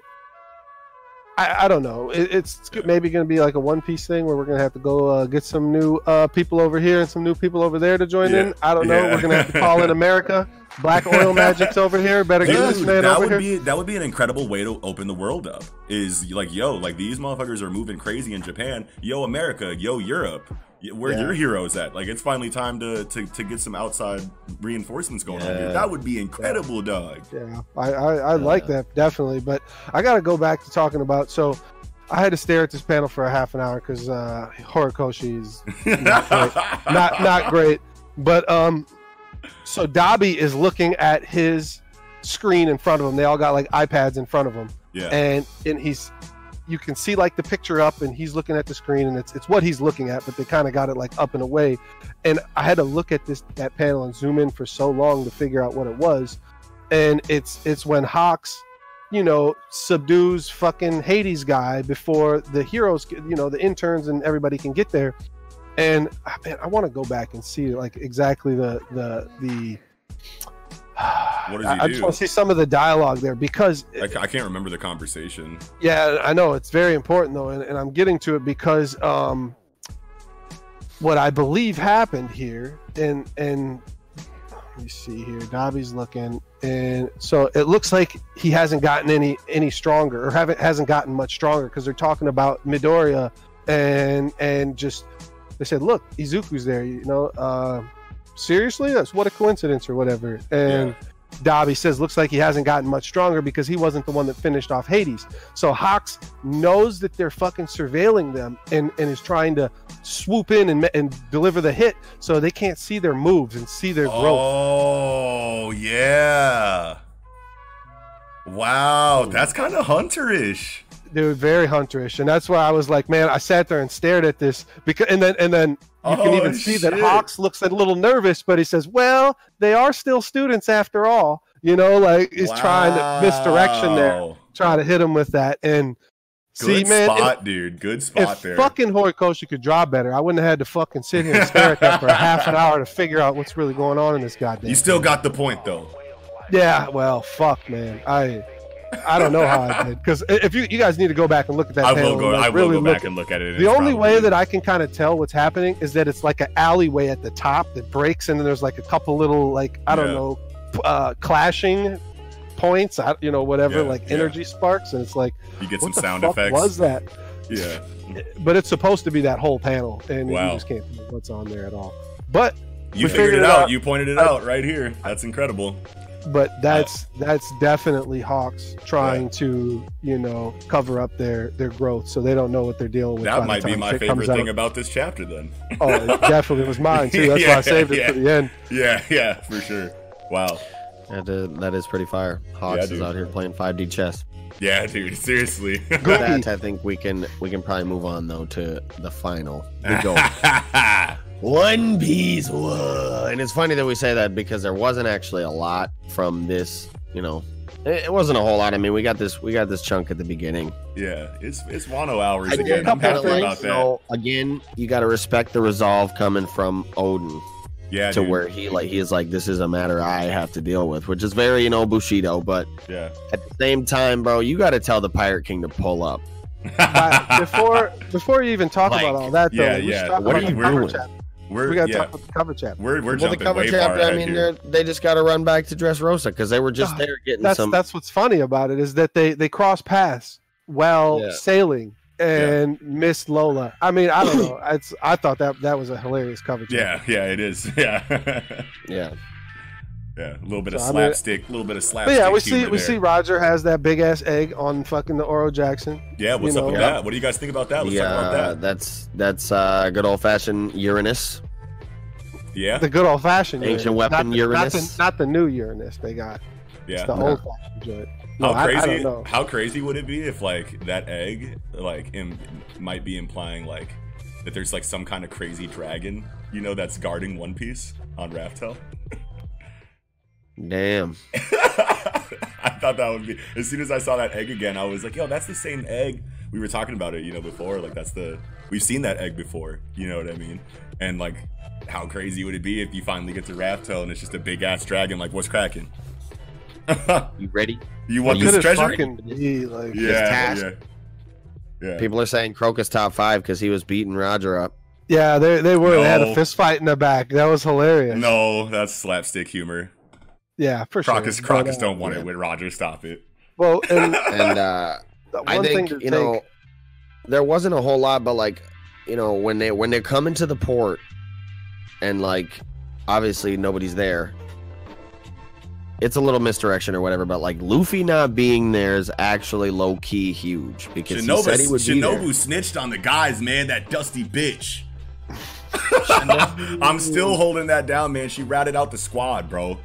I, I don't know. It, it's g- maybe going to be like a One Piece thing where we're going to have to go uh, get some new uh, people over here and some new people over there to join
Yeah.
in. I don't know.
Yeah.
We're going to have to call in America. Black oil magic's over here. Better get this
Dude,
man
that
over
would
here.
be that would be an incredible way to open the world up. Is like, yo, like these motherfuckers are moving crazy in Japan. Yo, America. Yo, Europe. Y- Where
Yeah.
your heroes at? Like, it's finally time to to, to get some outside reinforcements going on. Here.
Yeah.
That would be incredible, dog.
Yeah, I, I, I like
Yeah.
that definitely, but I got to go back to talking about. So, I had to stare at this panel for a half an hour because uh, Horikoshi is not not great. But um, so Dobby is looking at his screen in front of him. They all got like iPads in front of him,
Yeah.
and and he's you can see like the picture up, and he's looking at the screen, and it's it's what he's looking at, but they kind of got it like up and away. And I had to look at this that panel and zoom in for so long to figure out what it was, and it's it's when Hawks. You know, subdues fucking Hades guy before the heroes, you know, the interns and everybody can get there and ah, man, I want to go back and see like exactly the the the.
What does he
I, I just
do?
want to see some of the dialogue there because
I, ca- I can't remember the conversation.
yeah, I know it's very important though, and, and I'm getting to it because um, what I believe happened here, and and let me see here, Dobby's looking, and so it looks like he hasn't gotten any any stronger, or haven't hasn't gotten much stronger because they're talking about Midoriya, and and just they said, look, Izuku's there, you know, uh, seriously, that's what a coincidence or whatever, and. Dobby says looks like he hasn't gotten much stronger because he wasn't the one that finished off Hades. So Hawks knows that they're fucking surveilling them and, and is trying to swoop in and, and deliver the hit so they can't see their moves and see their growth.
Oh yeah. Wow, that's kind of hunterish.
They were very hunterish. And that's why I was like, man, I sat there and stared at this because and then and then you can
Oh,
even see that
shit.
Hawks looks a little nervous, but he says, Well, they are still students after all. You know, like he's trying to misdirection there,
Wow.
trying to hit him with that. And
Good
see, man, if-
spot, dude. Good spot
if
there.
fucking Horikoshi could draw better, I wouldn't have had to fucking sit here and stare at that for a half an hour to figure out what's really going on in this goddamn.
you still got the point though.
yeah, well, fuck, man. I I don't know how I did because if you you guys need to go back and look at that,
I
panel
will go.
and, like,
I will
really
go back
look-
and look at it.
the only way that I can kind of tell what's happening is that it's like an alleyway at the top that breaks, and then there's like a couple little like I don't
Yeah.
know uh, clashing points, I, you know, whatever,
Yeah,
like
yeah.
energy sparks, and it's like
you get some
what the
sound
fuck
effects.
was that?
Yeah.
but it's supposed to be that whole panel, and
Wow.
you just can't see what's on there at all. But
You
We
figured
figured
it
it
out.
out.
You pointed it
I-
out right here. That's incredible.
but that's that's definitely Hawks trying to you know cover up their their growth, so they don't know what they're dealing with. by
That
the
might be
time
my
shit
favorite
comes
thing
Out.
about this chapter then.
Oh, it definitely was mine too. That's why
Yeah,
I saved it
yeah.
for the end.
Yeah, yeah, for sure. Wow.
That is, that is pretty fire. Hawks is
dude.
out here playing 5D chess.
Yeah, dude, seriously.
Googie.
That I think we can we can probably move on though to the final. The goal.
yeah,
One Piece. Whoa. And it's funny that we say that because there wasn't actually a lot from this. You know, it, it wasn't a whole lot. I mean, we got this we got this chunk at the beginning.
it's it's Wano hours
I did
again.
a
I'm
couple
happy
of things.
about that.
So again, you got to respect the resolve coming from Odin
Yeah,
to
dude.
where he like he is like this is a matter I have to deal with, which is very you know Bushido. But
Yeah.
at the same time, bro, you got to tell the Pirate King to pull up.
But before before you even talk
Like,
about all that, though,
yeah,
we should
yeah.
talk
What
about
are
the
you
cover
doing?
chapter.
we're
We got to
yeah,
talk about the cover chapter.
we're we're
well, the
jumping
cover
way far
chapter.
ahead
I mean,
here.
they're, they just got to run back to Dressrosa because they were just
Ah,
there getting
That's
some.
that's what's funny about it is that they they cross paths while
Yeah.
sailing and miss Lola. I mean, I don't know. It's I thought that that was a hilarious cover chapter.
Yeah, yeah, it is. Yeah.
yeah,
yeah, a little bit of
So, I mean-
slapstick, a little bit of
But
slapstick.
yeah, we see
humor
we
there.
see Roger has that big ass egg on fucking the Oro Jackson.
Yeah, what's
you
up
know.
with
Yeah.
that? What do you guys think about that? Let's talk
yeah.
about
That's that's uh, good old fashioned Uranus.
that. Yeah.
The good old fashioned
Ancient weapon
not the, Not
Uranus.
the, not the new Uranus they got.
Yeah.
It's the
Yeah.
old fashioned joint. No,
How
I,
crazy?
I don't know.
How crazy would it be if like that egg like Im- might be implying like that there's like some kind of crazy dragon, you know, that's guarding One Piece on Raftel?
Damn.
I thought that would be. As soon as I saw that egg again, I was like, "Yo, that's the same egg we were talking about it, you know, before. Like that's the we've seen that egg before. You know what I mean? And like, how crazy would it be if you finally get to Raftel and it's just a big ass dragon? Like, what's cracking?
You ready?
you want
You
this
Could it
treasure?
fucking be like
yeah,
task.
yeah, yeah.
People are saying Crocus top five because he was beating Roger up.
Yeah, they they were. They had
No.
a fist fight in the back. That was hilarious.
No, that's slapstick humor.
Yeah, for
Crocus,
sure.
Crocus
But, uh,
don't want
yeah.
it with Roger. Stop it.
Well, and the
And uh,
one
I
thing
think
to
you
take,
know there wasn't a whole lot, but like you know when they when they're coming to the port and like obviously nobody's there. It's a little misdirection or whatever, but like Luffy not being there is actually low key huge because he
Shinobu,
said he would
Shinobu
be
snitched on the guys, man. That dusty bitch. I'm still holding that down, man. She ratted out the squad, bro.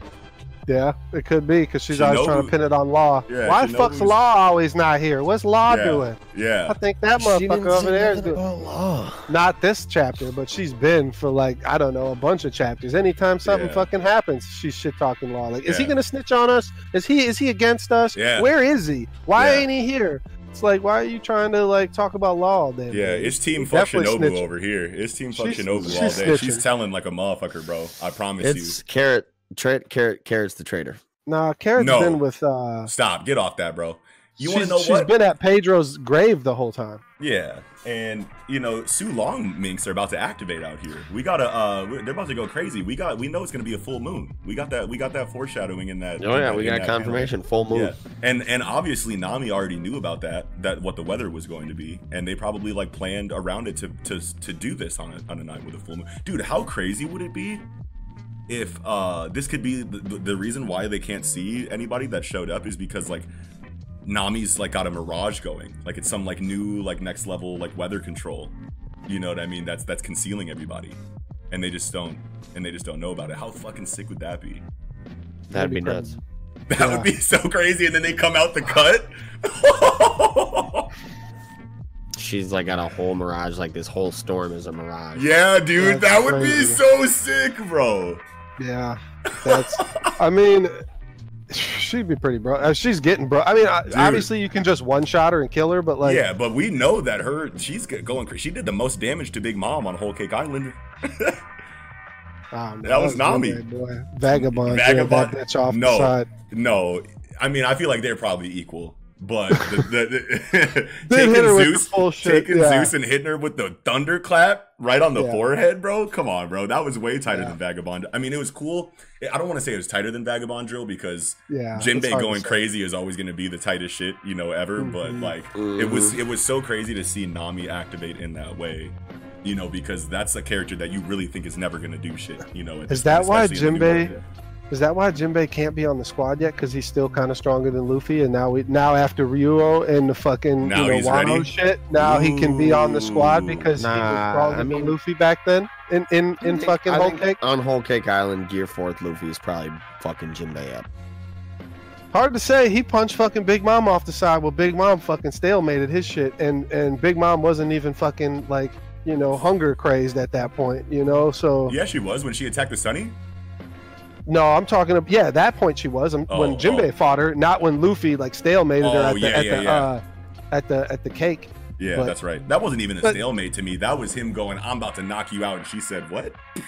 yeah, it could be because she's
Shinobu-
always trying to pin it on Law.
Yeah,
Why
Shinobu's-
the fuck's Law always not here? What's Law
Yeah.
doing? I
Yeah,
think that
there.
motherfucker over there is doing.
Oh,
Not this chapter, but she's been for like I don't know a bunch of chapters. Anytime something
Yeah.
fucking happens, she's shit talking Law. Like, is he
Yeah.
gonna snitch on us? Is he is he against us?
Yeah.
Where is he? Why
Yeah.
ain't he here? It's like why are you trying to like talk about Law all day?
yeah.
man?
It's team
He's
fuck Shinobu
definitely snitching.
over here. It's team fuck
She's-
Shinobu
she's
all day. She's
snitching.
telling like a motherfucker, bro. I promise
it's carrot. Tra- carrot, carrot's the traitor.
Nah, Carrot's
No.
been with. uh
you. Stop. Get off that, bro. You want
she's-
to know
She's
what?
been at Pedro's grave the whole time.
Yeah, and you know, Sue Long minks are about to activate out here. We gotta, uh, we're- they're about to go crazy. We got, we know it's gonna be a full moon. We got that, we got that foreshadowing in that.
Oh
in
yeah,
that-
we
in
got
that panel.
confirmation. Full moon.
Yeah, and and obviously Nami already knew about that, that what the weather was going to be, and they probably like planned around it to to to do this on a on a night with a full moon. Dude, how crazy would it be if uh this could be the, the reason why they can't see anybody that showed up is because like Nami's like got a mirage going. Like it's some like new like next level like weather control. You know what I mean? That's that's concealing everybody. And they just don't and they just don't know about it. How fucking sick would that be?
That'd be
That'd be crazy.
nuts.
That
Yeah.
would be so crazy and then they come out the cut.
She's like got a whole mirage. Like this whole storm is a mirage.
yeah, dude,
That's
that would be
crazy.
so sick, bro.
Yeah, that's. I mean, she'd be pretty bro. uh, She's getting bro. I mean, I-
Dude.
obviously you can just one shot her and kill her, but like,
yeah, but we know that her she's g- going crazy. She did the most damage to Big Mom on Whole Cake Island.
um,
That was Nami.
boy. Vagabond,
Vagabond.
vagabond, that bitch off
No.
the side.
No, I mean I feel like they're probably equal, but the, the, the
They hit
taking
her with the
Zeus,
bullshit,
taking
yeah.
Zeus and hitting her with the thunderclap right on the
Yeah.
forehead, bro. Come on, bro, that was way tighter
Yeah.
than Vagabond. I mean, it was cool. I don't want to say it was tighter than Vagabond Drill because
Yeah, it's
Jinbei
hard to
going
say.
crazy is always going to be the tightest shit you know ever. But
Mhm.
like,
Mm-hmm.
it was it was so crazy to see Nami activate in that way. You know, because that's a character that you really think is never gonna do shit. You know, at
Is
this
that
point,
why
especially in the new
Jinbei-
world.
Is that why Jinbei can't be on the squad yet? Because he's still kind of stronger than Luffy, and now we now after Ryuo and the fucking
Now
you know
he's
Wano
ready?
shit, now he can be on the squad
Ooh,
because he
nah,
was stronger
I mean-
than Luffy back then in in in fucking
I
Whole
think
Cake.
on Whole Cake Island, Gear Fourth Luffy is probably fucking Jinbei up.
Hard to say. He punched fucking Big Mom off the side. Well, Big Mom fucking stalemated his shit, and and Big Mom wasn't even fucking like you know hunger crazed at that point. You know, so
Yeah, she was when she attacked the Sunny.
no, I'm talking. About, yeah, at that point she was um,
Oh,
when Jinbei
oh.
fought her, not when Luffy like stalemated her
Oh,
at the
yeah,
at
yeah,
the
yeah.
uh, at the at the cake.
Yeah,
But-
that's right. That wasn't even a
but-
stalemate to me. That was him going, "I'm about to knock you out," and she said, "What? Psh,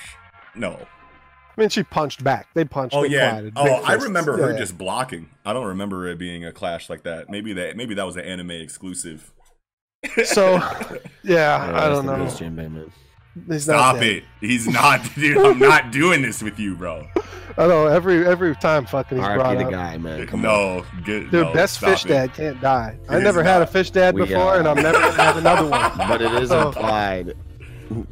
No."
I mean, she punched back. They punched.
Oh
they
yeah.
collided. Big
Oh, I
fists.
remember her
Yeah.
just blocking. I don't remember it being a clash like that. Maybe that. Maybe that was an anime exclusive.
So, yeah,
Yeah,
I
rest
don't
in
know.
peace, Jinbei, man.
He's not
Stop
dead.
it. He's not, dude. I'm not doing this with you, bro.
I know every every time fucking he's brought
RIP the
up.
guy, man. Come on.
no, get
Dude,
no,
best
stop
fish
it.
dad can't die. I
He's
never had a
not.
fish dad
We, uh,
before, and I'm never gonna have another one.
But it is
Oh.
implied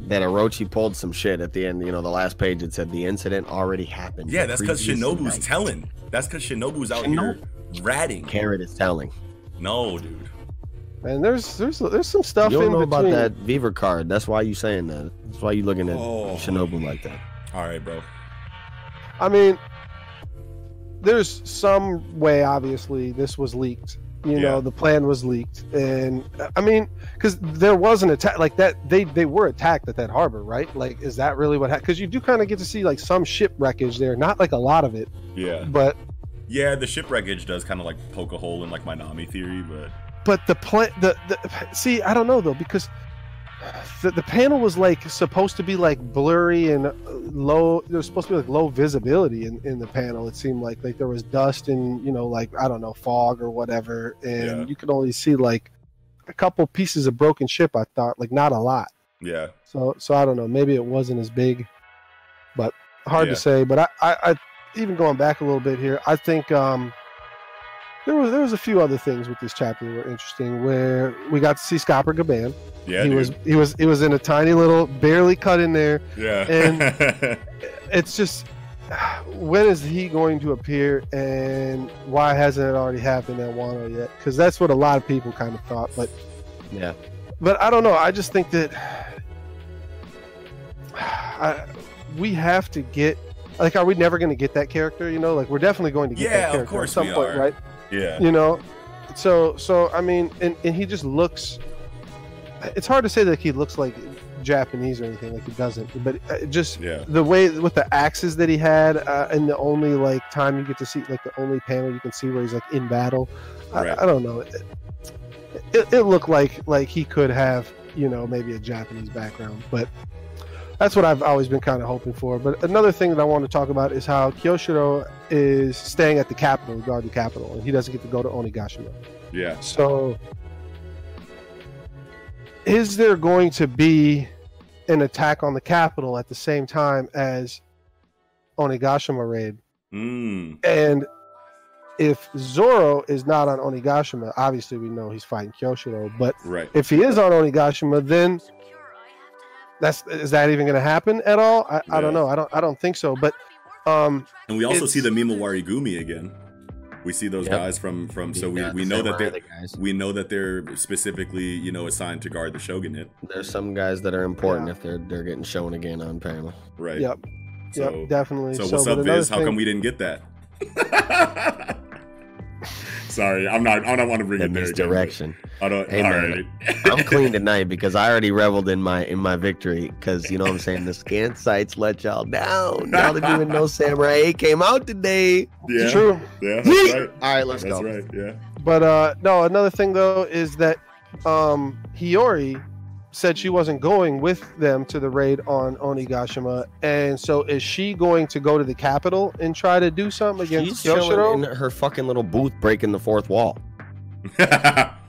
that Orochi pulled some shit at the end. You know, the last page it said the incident already happened.
Yeah,
the
that's because
previous
Shinobu's
night.
telling. That's because Shinobu's out here ratting.
Carrot is telling.
No, dude.
And there's there's there's some stuff
you
in
don't know about
between.
that Beaver card. That's why you saying that. That's why you looking at
Oh.
Shinobu like that.
All right, bro.
I mean, there's some way. Obviously, this was leaked. You
Yeah.
know, the plan was leaked, and I mean, because there was an attack like that. They they were attacked at that harbor, right? Like, is that really what happened? Because you do kind of get to see like some ship wreckage there, not like a lot of it,
Yeah.
but
Yeah, the shipwreckage does kind of like poke a hole in like my Nami theory, but
but the plan the, the see i don't know though because the, the panel was like supposed to be like blurry and uh, low there was supposed to be like low visibility in, in the panel it seemed like like there was dust and you know like i don't know fog or whatever and
Yeah.
you could only see like a couple pieces of broken ship i thought like not a lot
yeah,
so so i don't know maybe it wasn't as big but hard
Yeah.
to say but I, I i even going back a little bit here i think um there was there was a few other things with this chapter that were interesting where we got to see scopper gaban
yeah,
he
dude.
was he was he was in a tiny little barely cut in there
yeah.
and- it's just when is he going to appear and why hasn't it already happened at wano yet because that's what a lot of people kind of thought but
Yeah.
but I don't know. I just think that I, we have to get like, are we never going to get that character? You know, like we're definitely going to get
Yeah,
that
of
character
course
at some
we
point,
are.
right?
yeah,
You know, so so I mean, and and he just looks. It's hard to say that he looks like Japanese or anything, like he doesn't, but uh, just
yeah,
the way with the axes that he had uh, and the only like time you get to see like the only panel you can see where he's like in battle
Right.
I, I don't know it, it, it looked like like he could have you know maybe a japanese background but that's what i've always been kind of hoping for but another thing that i want to talk about is how kyoshiro is staying at the capital guard the capital and he doesn't get to go to onigashima
yeah.
so, is there going to be an attack on the capital at the same time as Onigashima raid?
Mm,
And if Zoro is not on Onigashima, obviously we know he's fighting Kyoshiro, but
right.
if he is on Onigashima, then that's is that even going to happen at all? I, I don't
Yeah.
know. I don't I don't think so, but Um,
And we also
It's-
see the Mimawari Gumi again. We see those
Yep.
guys from from so we,
Yeah,
we know
samurai,
that they're
the guys.
we know that they're specifically you know assigned to guard the shogunate,
There's some guys that are important if they're they're getting shown again on apparently.
right?
Yep.
So
yep, definitely.
so what's
but
up,
another
Viz? How
thing-
come we didn't get that? Sorry, I'm not. I don't want to bring it
In
there.
this
Again, but
direction.
I don't.
Hey,
all
man.
right.
I'm clean tonight because I already reveled in my in my victory because you know what I'm saying the scan sites let y'all down. Y'all didn't even know Samurai 8 came out today.
yeah.
True.
Yeah. That's
Yeet.
right.
All right, let's
That's
go.
right. Yeah.
But uh, no, another thing though is that um, Hiyori said she wasn't going with them to the raid on Onigashima, and so is she going to go to the capital and try to do something
She's
against
chilling
Yoshiro?
in her fucking little booth breaking the fourth wall.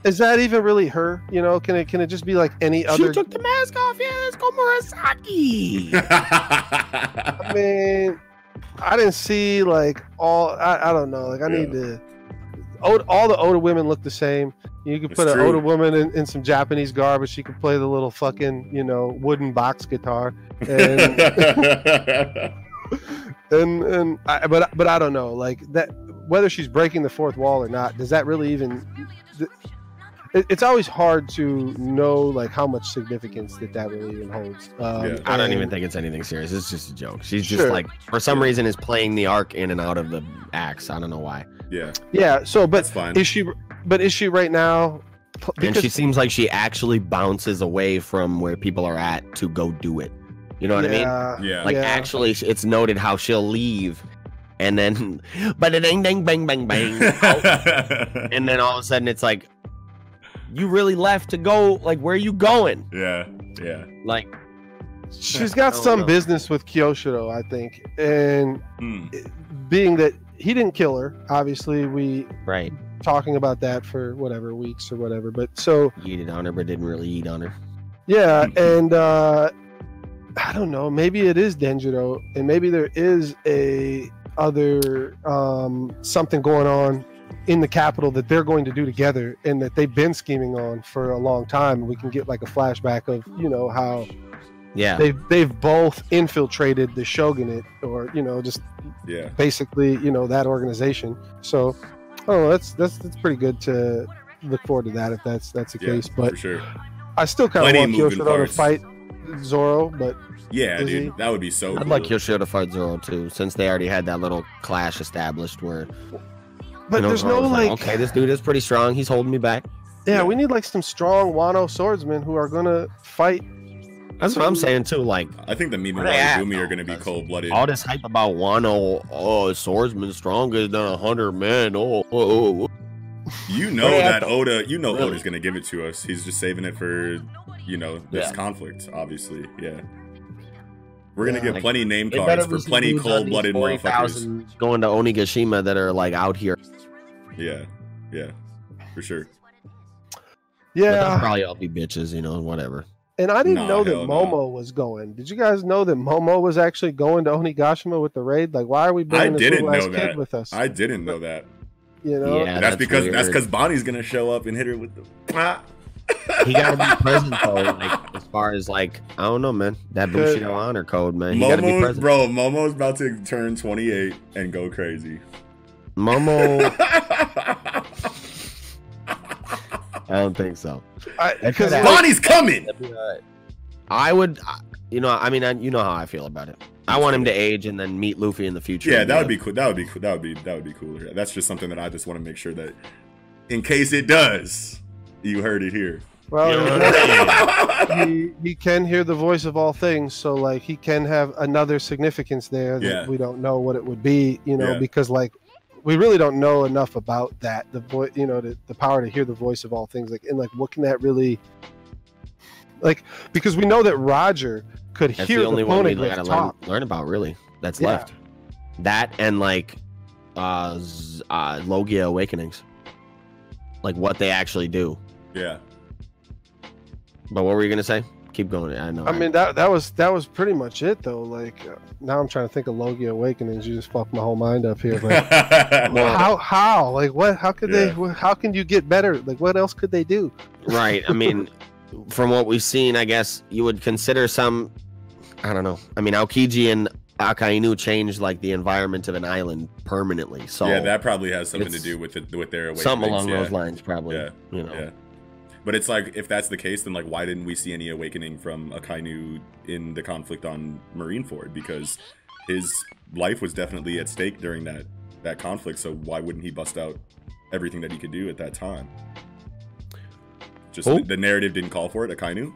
Is that even really her? You know, can it can it just be like any other?
She took the mask off. Yeah, let's go Murasaki.
I mean, I didn't see like all. I, I don't know. Like I need to. Oda, all the older women look the same. You could
It's
put an
true.
older woman in, in some Japanese garb, but she could play the little fucking you know wooden box guitar. And and and I, but but I don't know like that whether she's breaking the fourth wall or not does that really even th- it, it's always hard to know like how much significance that that really even holds um,
Yeah.
I don't
and-
even think it's anything serious. It's just a joke. She's just
Sure.
like for some reason is playing the arc in and out of the axe. I don't know why.
yeah.
yeah so
That's
but
fine.
is she but is she right now p-
and she seems like she actually bounces away from where people are at to go do it. You know what I mean?
yeah,
Yeah.
Like
Yeah.
actually, sh- it's noted how she'll leave, and then, but it ding ding bang bang bang, out, and then all of a sudden it's like, you really left to go? Like where are you going?
yeah. Yeah.
Like
she's
I
got
don't
some
know.
business with Kyoshiro I think and
Hmm.
being that he didn't kill her obviously we
right,
talking about that for whatever weeks or whatever but so
you did on her, but didn't really eat on her.
Yeah,
Mm-hmm.
and uh, I don't know. Maybe it is Denjiro, and maybe there is a other um, something going on in the capital that they're going to do together, and that they've been scheming on for a long time. We can get like a flashback of you know how
Yeah,
they've they've both infiltrated the shogunate, or you know just
Yeah.
basically you know that organization. So, oh, that's that's that's pretty good to look forward to that if that's that's the
Yeah.
case. But
for sure.
I still kind of
Plenty
want
of moving
Yoshiro to
parts.
fight Zoro, but
Yeah,
Is
dude.
he-
That would be so.
I'd
cool.
like Yoshiro to fight Zoro too, since they already had that little clash established where.
but
you know,
there's no
Zoro's
like,
okay, this dude is pretty strong. He's holding me back.
yeah,
yeah.
we need like some strong Wano swordsmen who are gonna fight.
That's what I'm saying too. Like
I think the Mimi
Where they at,
Gumi are
though?
going to be
That's-
cold blooded.
all this hype about Wano, oh, swordsman stronger than a hundred men. Oh, oh, oh, oh.
You
Where
know
they at,
that Oda. You know
Really?
Oda's going to give it to us. He's just saving it for you know this
Yeah.
conflict. Obviously, yeah. We're gonna
Yeah.
get
Like,
plenty name
They better
cards
be
for
some
plenty
dudes on these
cold blooded
40,000
motherfuckers.
going to Onigashima that are like out here.
Yeah, yeah, for sure.
But they'll
Yeah,
probably all be bitches, you know, whatever.
and I didn't
Nah,
know that
hell no.
Momo was going. Did you guys know that Momo was actually going to Onigashima with the raid? Like, why are we bringing this
didn't
little ass
know
kid
that.
with us?
I didn't know that.
you know,
yeah,
that's, because that's
weird.
because Bonnie's gonna show up and hit her with the. Ah.
he gotta be present though. Like as far as like, I don't know, man. That
Good.
Bushido honor code, man. He gotta be
Momo,
present.
bro, Momo's about to turn 28 and go crazy.
Momo, I don't think so. That
because
could
like,
Bonnie's coming.
That'd be all right. I would, I- you know, I mean, I, you know how I feel about it. I want him to age and then meet Luffy in the future.
Yeah, that would be cool. That would be cool. That would be that would be cooler. That's just something that I just want to make sure that, in case it does, you heard it here.
well,
yeah,
he, he can hear the voice of all things, so like he can have another significance there that
Yeah.
we don't know what it would be. You know,
Yeah.
because like we really don't know enough about that. The voice, you know, the, the power to hear the voice of all things, like and like what can that really, like, because we know that Roger could
That's
hear
the only
the
one we
pony
gotta learn,
talk.
learn about, really. That's
Yeah.
left. That and like, uh, Z- uh, Logia Awakenings, like what they actually do. But what were you gonna say? Keep going. I know.
I mean that that was that was pretty much it though. Like uh, now I'm trying to think of Logia Awakenings. You just fucked my whole mind up here. Like, how how like what? How could they?
Yeah.
wh- How can you get better? Like what else could they do?
Right. I mean, from what we've seen, I guess you would consider some. I don't know. I mean, Aokiji and Akainu changed like the environment of an island permanently. So
yeah, that probably has something to
it's-
do with it, with their awakenings.
something along
yeah.
those lines, probably.
Yeah,
You know,
yeah. But it's like if that's the case, then like why didn't we see any awakening from Akainu in the conflict on Marineford? Because his life was definitely at stake during that that conflict. So why wouldn't he bust out everything that he could do at that time? Just
Oh.
the, the narrative didn't call for it. Akainu.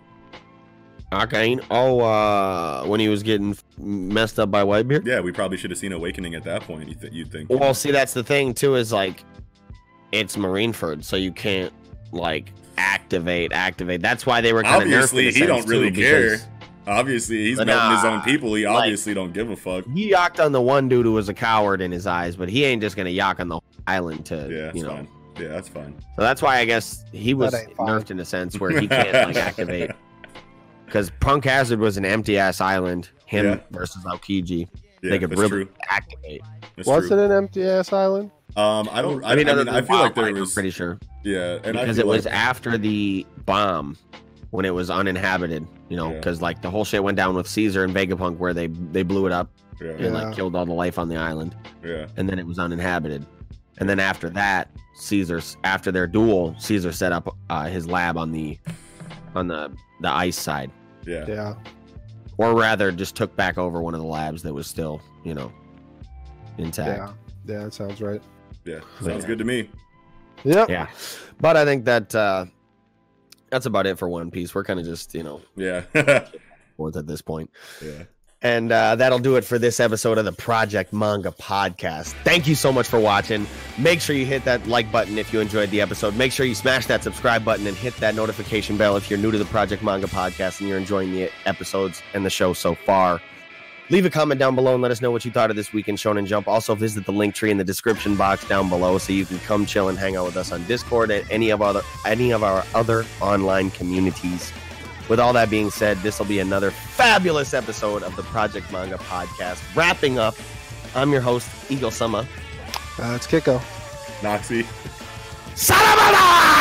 Akainu. Oh, uh, when he was getting f- messed up by Whitebeard.
Yeah, we probably should have seen awakening at that point. You th- you'd think.
Well, see, that's the thing too. Is like, it's Marineford, so you can't like activate, activate. That's why they were kind of
Obviously, he don't really care. Obviously, he's
But
melting his
nah,
own people. He
like-
obviously don't give a fuck.
He yacked on the one dude who was a coward in his eyes, but he ain't just gonna yak on the whole island to,
Yeah, that's
you know.
fine. Yeah, that's fine.
So that's why I guess he was
ain't fine.
nerfed in a sense where he can't like activate because Punk Hazard was an empty ass island. Him
Yeah.
versus Aokiji,
Yeah,
they could
that's
really
true.
activate.
That's
Was
true.
it an empty ass island?
Um, I don't. I, I mean, I,
other than
feel like there
Wildlife, I'm
was.
pretty sure
yeah, and I
because
feel
it was
like-
after the bomb when it was uninhabited. You know,
Yeah.
because like the whole shit went down with Caesar and Vegapunk where they they blew it up
yeah,
and
Yeah.
like killed all the life on the island.
yeah,
and then it was uninhabited. And then after that, Caesar after their duel, Caesar set up uh, his lab on the on the the ice side,
yeah,
Yeah.
or rather, just took back over one of the labs that was still, you know, intact.
Yeah. Yeah, that sounds right.
yeah.
Yeah.
Sounds good to me.
Yep.
Yeah, but I think that uh, that's about it for One Piece. We're kind of just you know
Yeah, yeah,
fourth at this point.
yeah.
And uh, that'll do it for this episode of the Project Manga Podcast. Thank you so much for watching. Make sure you hit that like button if you enjoyed the episode. Make sure you smash that subscribe button and hit that notification bell if you're new to the Project Manga Podcast and you're enjoying the episodes and the show so far. Leave a comment down below and let us know what you thought of this weekend Shonen Jump. Also, visit the link tree in the description box down below so you can come chill and hang out with us on Discord and any of other any of our other online communities. With all that being said, this will be another fabulous episode of the Project Manga Podcast. Wrapping up, I'm your host, Eagle Summer.
Uh, it's Kiko.
Noxie.
Sayonara!